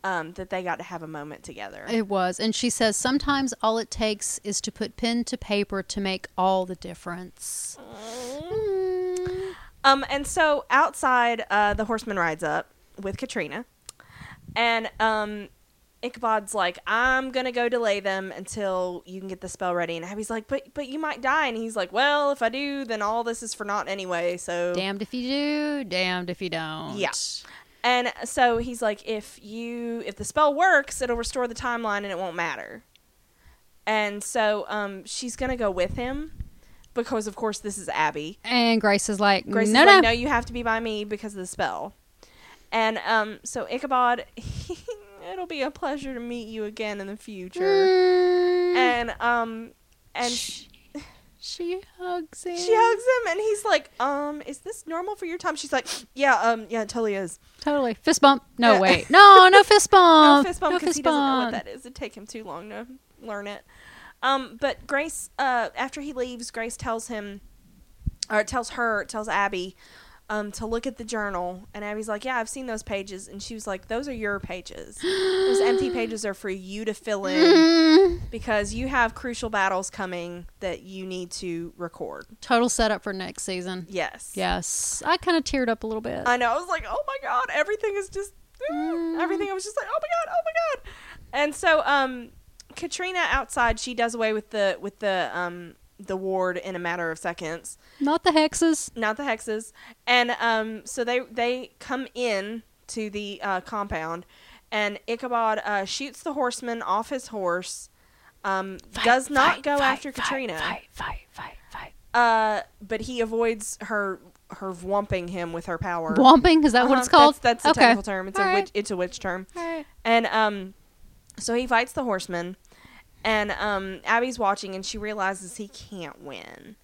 um, that they got to have a moment together." It was. And she says sometimes all it takes is to put pen to paper to make all the difference. Oh. Mm. Um, and so outside, uh, the horseman rides up with Katrina, and um, Ichabod's like, "I'm gonna go delay them until you can get the spell ready." And Abby's like, "But but you might die," and he's like, "Well, if I do, then all this is for naught anyway." So Damned if you do, damned if you don't. Yeah. and so he's like, "If you if the spell works, it'll restore the timeline and it won't matter." And so um, she's gonna go with him because, of course, this is Abby. And Grace is like, Grace no, is no. like, no, you have to be by me because of the spell. And um, so Ichabod, [laughs] it'll be a pleasure to meet you again in the future. Mm. And um, and she she, she hugs him. hugs him, and he's like, um, is this normal for your time? She's like, yeah, um, yeah, it totally is. Totally. Fist bump. No, Yeah. wait. No, [laughs] no fist No bump. fist bump because he doesn't know what bump. that is. It'd take him too long to learn it. Um, but Grace, uh, after he leaves, Grace tells him, or tells her, tells Abby, um, to look at the journal. And Abby's like, "Yeah, I've seen those pages." And she was like, "Those are your pages. those [gasps] empty pages are for you to fill in Mm. because you have crucial battles coming that you need to record." Total setup for next season. Yes. Yes. I kind of teared up a little bit. I know. I was like, oh my god, everything is just ah, Mm. everything. I was just like, oh my god, oh my god. And so, um, Katrina outside, she does away with the with the um the ward in a matter of seconds. Not the hexes. Not the hexes, and um, so they they come in to the uh, compound, and Ichabod uh, shoots the horseman off his horse. Um, does not Fight, go fight, after fight, Katrina. Fight, fight, fight, fight. Uh, but he avoids her her whomping him with her power. Womping? Is that Uh, what Uh-huh, it's called? That's, that's the technical term. It's a All right. witch. It's a witch term. All right. And um, so he fights the horseman, and um, Abby's watching, and she realizes he can't win.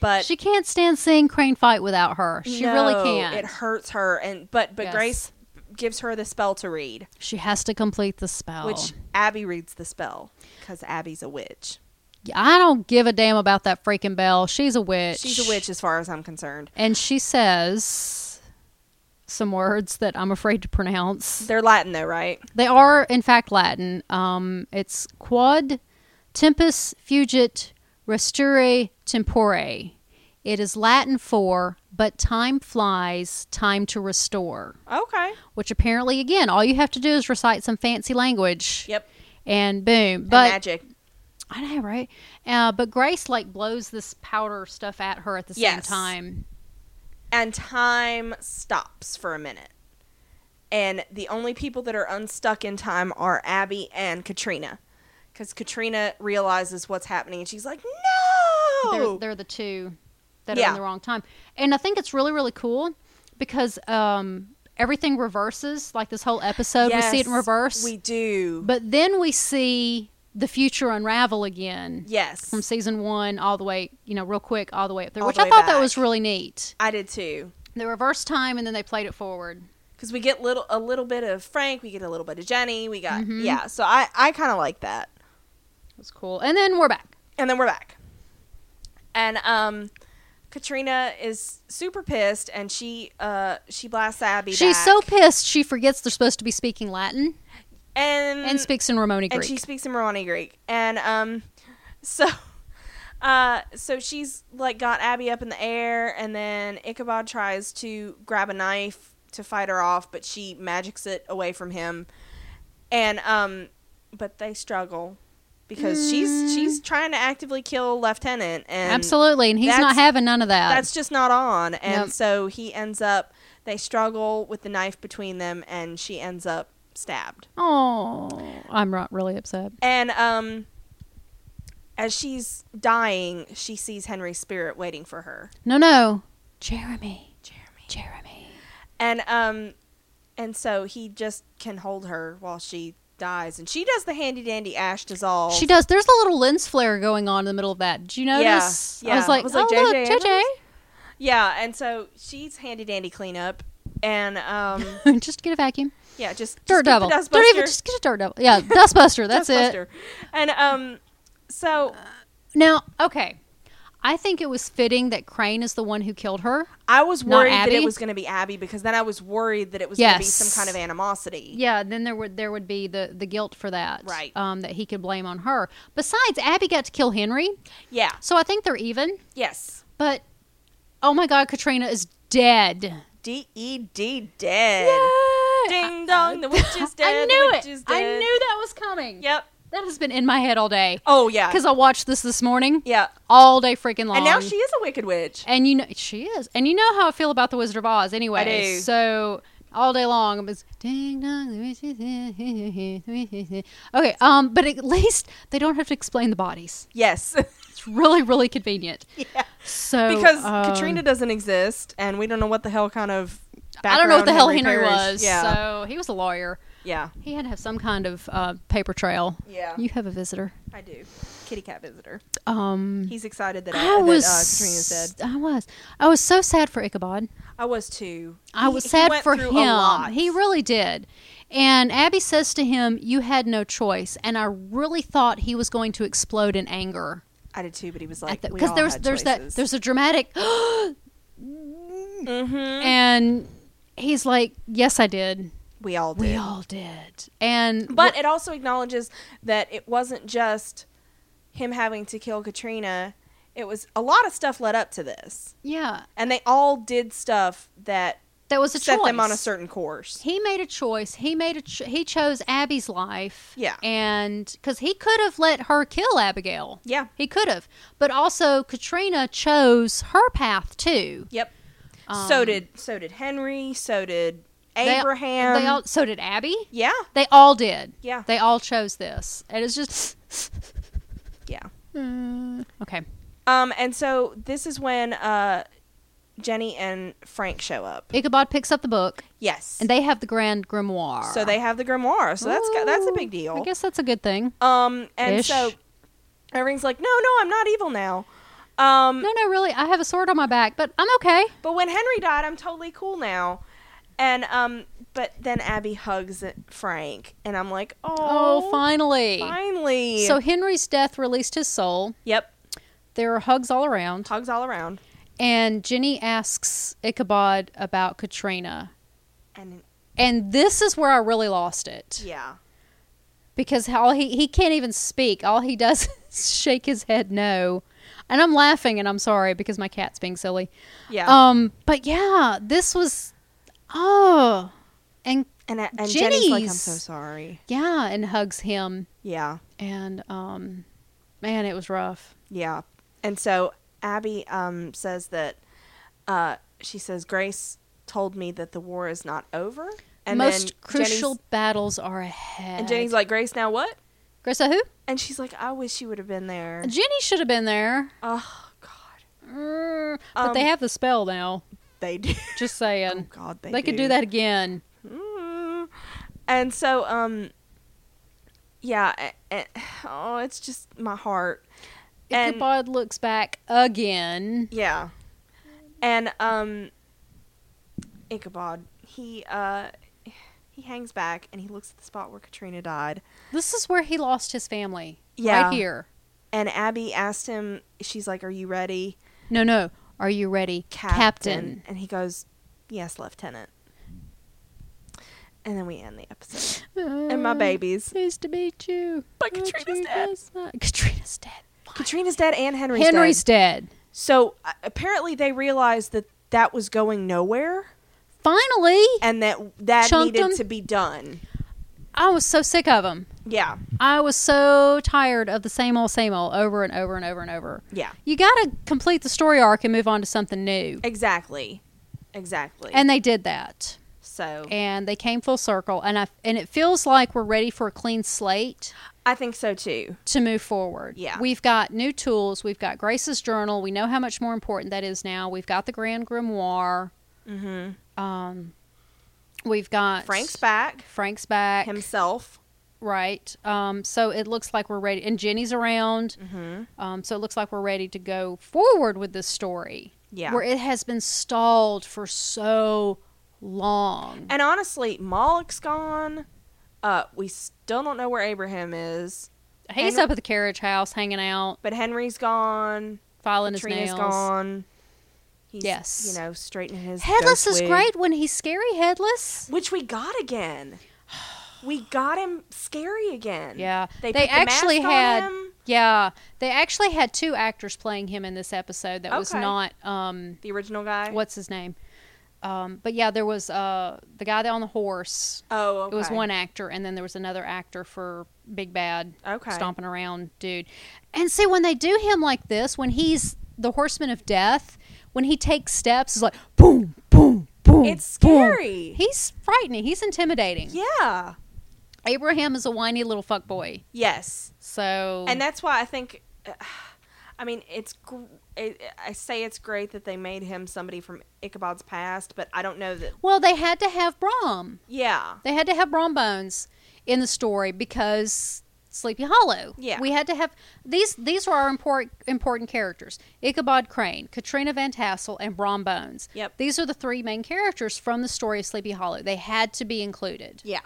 But She can't stand seeing Crane fight without her. She really no, can't. It hurts her, and but but Yes. Grace gives her the spell to read, she has to complete the spell. which Abby reads the spell because Abby's a witch. I don't give a damn about that freaking bell. She's a witch. She's a witch, as far as I'm concerned. And she says some words that I'm afraid to pronounce. They're Latin though, right? They are, in fact, Latin. Um, it's quod tempus fugit resture tempore. It is Latin for but time flies, time to restore. Okay. Which apparently, again, all you have to do is recite some fancy language. Yep. And boom. And But magic. I know, right? Uh, but Grace like blows this powder stuff at her at the Yes. same time. and time stops for a minute. And the only people that are unstuck in time are Abby and Katrina. Because Katrina realizes what's happening and she's like, They're, no! they're the two that are Oh. Yeah. in the wrong time. And I think it's really, really cool because um, everything reverses. Like this whole episode, we see it in Yes, reverse. We do. but then we see the future unravel again yes. from season one all the way, you know, real quick, all the way up there, All which the I way thought that back. was really neat. I did too. They reversed time and then they played it forward. Because we get little a little bit of Frank, we get a little bit of Jenny, we got. Mm-hmm. Yeah, so I, I kind of like that. It was cool. And then we're back. and then we're back. And um, Katrina is super pissed, and she uh she blasts Abby. She's back. so pissed she forgets they're supposed to be speaking Latin and and speaks in Romani Mm. and Greek. she speaks in Romani Greek, and um, [laughs] so. Uh, so she's like got Abby up in the air, and then Ichabod tries to grab a knife to fight her off, but she magics it away from him, and um, but they struggle because she's she's trying to actively kill Lieutenant, and Mm. Absolutely, and he's not that's- having none of that. that's just not on. And Nope. so he ends up, they struggle with the knife between them, and she ends up stabbed. oh, I'm not really upset. And um, as she's dying, she sees Henry's spirit waiting for her. No, no, Jeremy, Jeremy. Jeremy. And um, and so he just can hold her while she dies, and she does the handy dandy ash dissolve. She does. There's a little lens flare going on in the middle of that. Did you Yeah, notice? I yeah. was like, I was like, oh look, JJ JJ, Yeah, and so she's handy dandy cleanup, and [laughs] um, just get a vacuum, yeah, just, just get dirt the devil. dust Don't even buster. just get a dirt devil. Yeah, dustbuster. That's Dust it. buster. And um, so Now, okay, I think it was fitting that Crane is the one who killed her. I was Not worried that Abby? it was going to be Abby because then I was worried that it was going to be Yes. some kind of animosity. Yeah, then there would there would be the the guilt for that, Right. Um, that he could blame on her. Besides, Abby got to kill Henry, Yeah. so I think they're even. Yes. But oh my God, Katrina is dead. D E D dead. [laughs] Ding dong, the witch is dead. I the knew witch it. is I dead. knew that was coming. Yep. that has been in my head all day Oh yeah. because I watched this this morning yeah. all day freaking long. And now she is a wicked witch. and you know she is, and you know how I feel about the Wizard of Oz anyway. do. So all day long it was ding dong. the witch is dead. okay, um, but at least they don't have to explain the bodies. Yes. [laughs] It's really really convenient. yeah. So Because um, Katrina doesn't exist, and we don't know what the hell kind of. I don't know what the hell background Henry, Parrish- was. Yeah. So he was a lawyer. Yeah. He had to have some kind of uh, paper trail. Yeah. You have a visitor. I do. Kitty cat visitor. Um, He's excited that, I I, was. that uh, Katrina's dead. I was. I was so sad for Ichabod. I was too. I He- was he sad went for through a him. lot. He really did. And Abby says to him, "You had no choice." And I really thought he was going to explode in anger I did too, but he was at like, the we because all there's had there's that choices. there's a dramatic, [gasps] Mm-hmm. and he's like, "Yes, I did. we all We did. all did." And but it also acknowledges that it wasn't just him having to kill Katrina. It was a lot of stuff led up to this, yeah, and they all did stuff that that was a set choice. them on a certain course. he made a choice. He made a cho- he chose Abby's life. Yeah. and because he could have let her kill Abigail. Yeah. he could have, but also Katrina chose her path too. Yep. Um, so did so did Henry. So did They- Abraham. They all, so did Abby. yeah. They all did. Yeah. they all chose this, and it's just [sniffs] Yeah. okay. Um. And so this is when uh, Jenny and Frank show up. Ichabod picks up the book, Yes. and they have the grand grimoire. so they have the grimoire. So that's got- that's a big deal. I guess that's a good thing. Um, and Ish. so everything's like, no, no, I'm not evil now. Um, No, no, really, I have a sword on my back, but I'm okay. but when Henry died, I'm totally cool now. And um, but then Abby hugs it- Frank, and I'm like, oh, Oh, finally. finally. So Henry's death released his soul. yep, There are hugs all around. hugs all around. And Jenny asks Ichabod about Katrina. And And this is where I really lost it. yeah, Because all he, he can't even speak. All he does [laughs] is shake his head no. And I'm laughing and I'm sorry because my cat's being silly. yeah. Um but yeah, this was oh and and and Jenny's like, I'm Jenny's- so sorry. yeah, and hugs him Yeah, and um man, it was rough. yeah. And so Abby um says that uh she says Grace told me that the war is not over. And then Most crucial Jenny's- battles are ahead. and Jenny's like, Grace, now what? Grissa, who? And she's like, I wish you would have been there. Jenny should have been there. Oh God, Mm, But Um, they have the spell now. they [laughs] do. Just Oh saying. God, they they could do that again. Mm. And so, um, yeah, a- a- oh, it's just my heart. And- Ichabod looks back again. Yeah. And um Ichabod, he uh he hangs back and he looks at the spot where Katrina died. This is where he lost his family. Yeah. Right here. And Abby asked him, she's like, "Are you ready, No, no. Are you ready, Captain? And he goes, "Yes, Lieutenant." And then we end the episode. And my Uh, babies. Nice to meet you. But Katrina's dead. dead. Katrina's dead. Katrina's dead and Henry's, Henry's dead. dead. So uh, apparently they realized that that was going nowhere Finally, and that that Chunked needed him. to be done. I was so sick of him. Yeah. I was so tired of the same old, same old over and over and over and over. Yeah. You got to complete the story arc and move on to something new. Exactly. Exactly. And they did that. so And they came full circle. And, I, and it feels like we're ready for a clean slate. I think so too. to move forward. Yeah. We've got new tools. We've got Grace's journal. We know how much more important that is now. We've got the Grand Grimoire. Mm-hmm. Um, we've got Frank's back Frank's back. himself. Right. Um, so it looks like we're ready. And Jenny's around. Mm-hmm. Um, so it looks like we're ready to go forward with this story Yeah. where it has been stalled for so long. and honestly, Moloch's gone. Uh, we still don't know where Abraham is, He's and- up at the carriage house hanging out, but Henry's gone. filing his Katrina's nails. gone. He's, Yes. You know, straightening his Headless ghost is wig, great when he's scary headless. which we got again. [sighs] We got him scary again. Yeah. They, put They the actually mask on had- him. Yeah, they actually had two actors playing him in this episode. That was Okay. not um, the original guy. what's his name? Um, but yeah, there was uh, the guy that on the horse. Oh, okay. It was one actor, and then there was another actor for Big Bad Okay. stomping around dude. And see, when they do him like this, when he's the horseman of death, when he takes steps, it's like boom, boom, boom. It's boom. scary. He's frightening. He's intimidating. Yeah. Abraham is a whiny little fuck boy. Yes. So and that's why I think, [sighs] I mean, it's. gr- It, I say it's great that they made him somebody from Ichabod's past, but I don't know that. well, they had to have Brom. Yeah, They had to have Brom Bones in the story because Sleepy Hollow. Yeah. we had to have these. These were our important important characters: Ichabod Crane, Katrina Van Tassel, and Brom Bones. Yep. These are the three main characters from the story of Sleepy Hollow. They had to be included, yeah,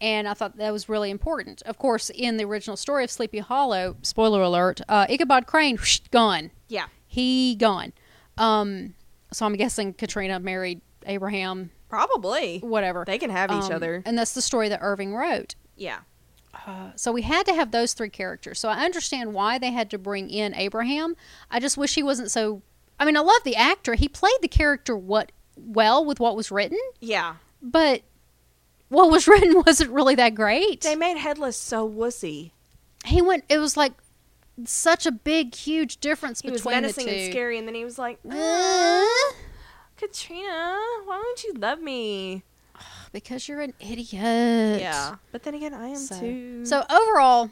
and I thought that was really important. Of course, in the original story of Sleepy Hollow, spoiler alert: uh, Ichabod Crane whoosh, gone. yeah, He gone. Um, so I'm guessing Katrina married Abraham. probably. Whatever They can have each um, other. And that's the story that Irving wrote. Yeah, Uh, so we had to have those three characters. So I understand why they had to bring in Abraham. I just wish he wasn't so. I mean, I love the actor. He played the character what well with what was written, yeah. but what was [laughs] written wasn't really that great. They made Headless so wussy. he went. It was like such a big, huge difference He was between the two. menacing and scary, and then he was like, Uh, "Katrina, why won't you love me?" because you're an idiot. Yeah, but then again, I am So, too. so overall,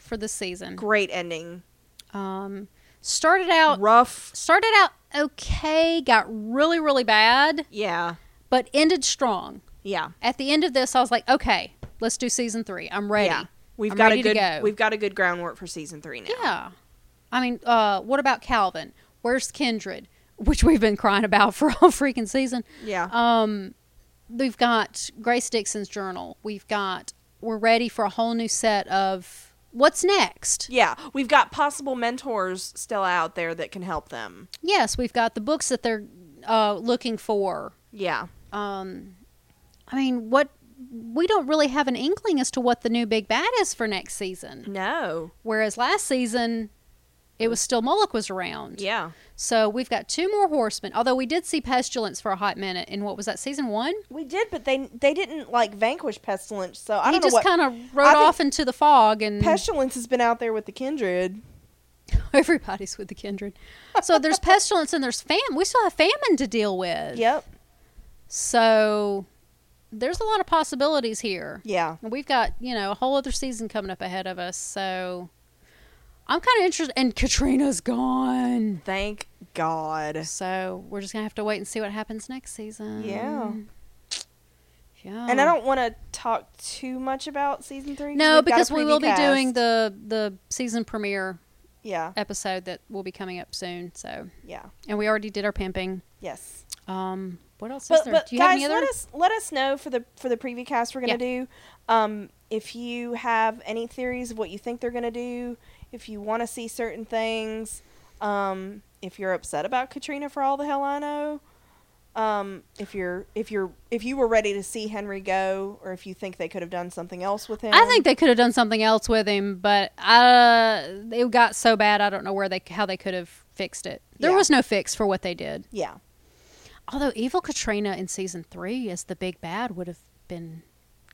for this season, great ending. um, started out Oh. Rough. started out okay, got really, really bad, Yeah, but ended strong. yeah, At the end of this, I was like, okay, let's do season three. I'm ready. yeah. Yeah. We've I'm got ready a to good. go. We've got a good groundwork for season three now. I mean, uh, what about Calvin? Where's Kindred? [laughs] Which we've been crying about for all freaking season. yeah. Um, we've got Grace Dixon's journal. We've got, we're ready for a whole new set of what's next. Yeah, we've got possible mentors still out there that can help them. Yes, we've got the books that they're uh, looking for. Yeah. um i mean what we don't really have an inkling as to what the new big bad is for next season No. whereas last season it was still Moloch was around. Yeah. So we've got two more horsemen. Although we did see Pestilence for a hot minute in what was that season one? We did, but they they didn't like vanquish pestilence, so I he don't know just what kind of rode I think- off into the fog and pestilence has been out there with the kindred. [laughs] Everybody's with the kindred. So there's pestilence and there's famine. We still have famine to deal with. Yep. So there's a lot of possibilities here. Yeah. And we've got, you know, a whole other season coming up ahead of us. So I'm kind of interested. And Katrina's gone. Thank God. So we're just going to have to wait and see what happens next season. Yeah. Yeah. And I don't want to talk too much about season three. No, we've got a because we will be preview doing cast. the the season premiere Yeah. episode that will be coming up soon. So, Yeah. and we already did our pimping. Yes. Um, what else is but, there? but Do you have guys, any other? let us let us know for the for the preview cast we're gonna do. Um, if you have any theories of what you think they're gonna do, if you want to see certain things, um, if you're upset about Katrina for all the hell I know, um, if you're if you're if you were ready to see Henry go, or if you think they could have done something else with him, I think they could have done something else with him, but uh, it got so bad. I don't know where they how they could have fixed it. There Yeah. was no fix for what they did. yeah, Although evil Katrina in season three as the big bad would have been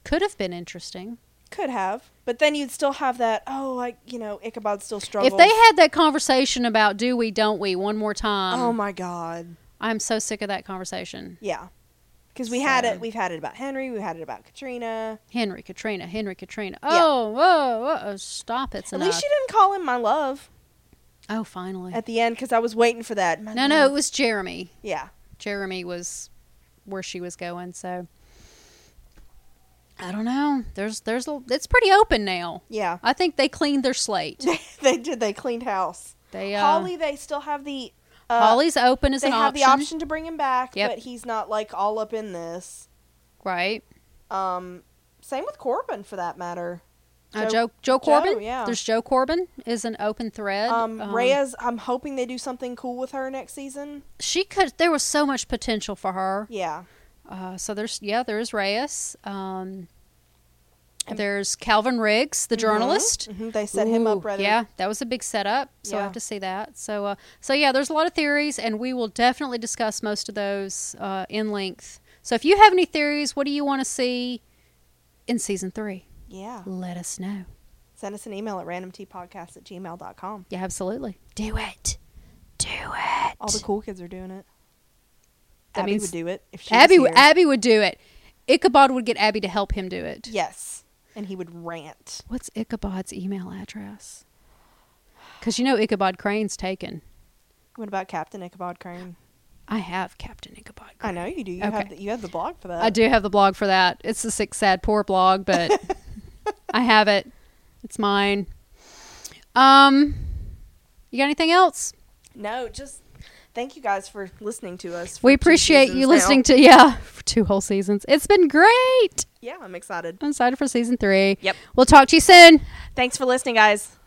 could have been interesting. could have, but then you'd still have that. Oh, like you know, Ichabod still struggles. If they had that conversation about do we don't we one more time, oh my god, I'm so sick of that conversation. Yeah. Because we had So- it, we've had it about Henry, we had it about Katrina. Henry Katrina, Henry Katrina. Oh, whoa, whoa, oh, stop! It's At enough. least you didn't call him my love oh, finally. at the end because I was waiting for that. My no, no, it love. was Jeremy. Yeah. Jeremy was where she was going. So I don't know. There's there's a, it's pretty open now. Yeah. [laughs] I think they cleaned their slate. they did. They cleaned house. They uh, Holly, they still have the. Uh, Holly's open as They an have option, the option to bring him back, Yep. but he's not like all up in this. right? Um, same with Corbin for that matter. Uh, Joe- Joe Joe Corbin. yeah. There's Joe Corbin is an open thread. Um, Reyes, I'm hoping they do something cool with her next season. She could. There was so much potential for her. Yeah. Uh, so there's yeah, there's Reyes. Um, there's Calvin Riggs, the journalist. hmm They set him Ooh, up rather. Yeah, that was a big setup. So I Yeah. have to see that. So, uh, so yeah, there's a lot of theories, and we will definitely discuss most of those uh, in length. So if you have any theories, what do you want to see in season three? Yeah. Let us know. Send us an email at randomtpodcast at gmail.com. Yeah, absolutely. Do it. Do All the it. cool kids are doing it. That Abby means- would do it if she Abby, was here. Abby would do it. Ichabod would get Abby to help him do it. yes, and he would rant. What's Ichabod's email address? Because you know Ichabod Crane's taken. What about Captain Ichabod Crane? I have Captain Ichabod. Crane. I know you do. You Okay. have the, you have the blog for that. I do have the blog for that. It's the Sick Sad Poor blog, but [laughs] I have it. It's mine. Um, you got anything else? No, just thank you guys for listening to us. for We two appreciate seasons you now. listening to yeah [laughs] for two whole seasons. It's been great. Yeah, I'm excited. I'm excited for season three. Yep. We'll talk to you soon. Thanks for listening, guys.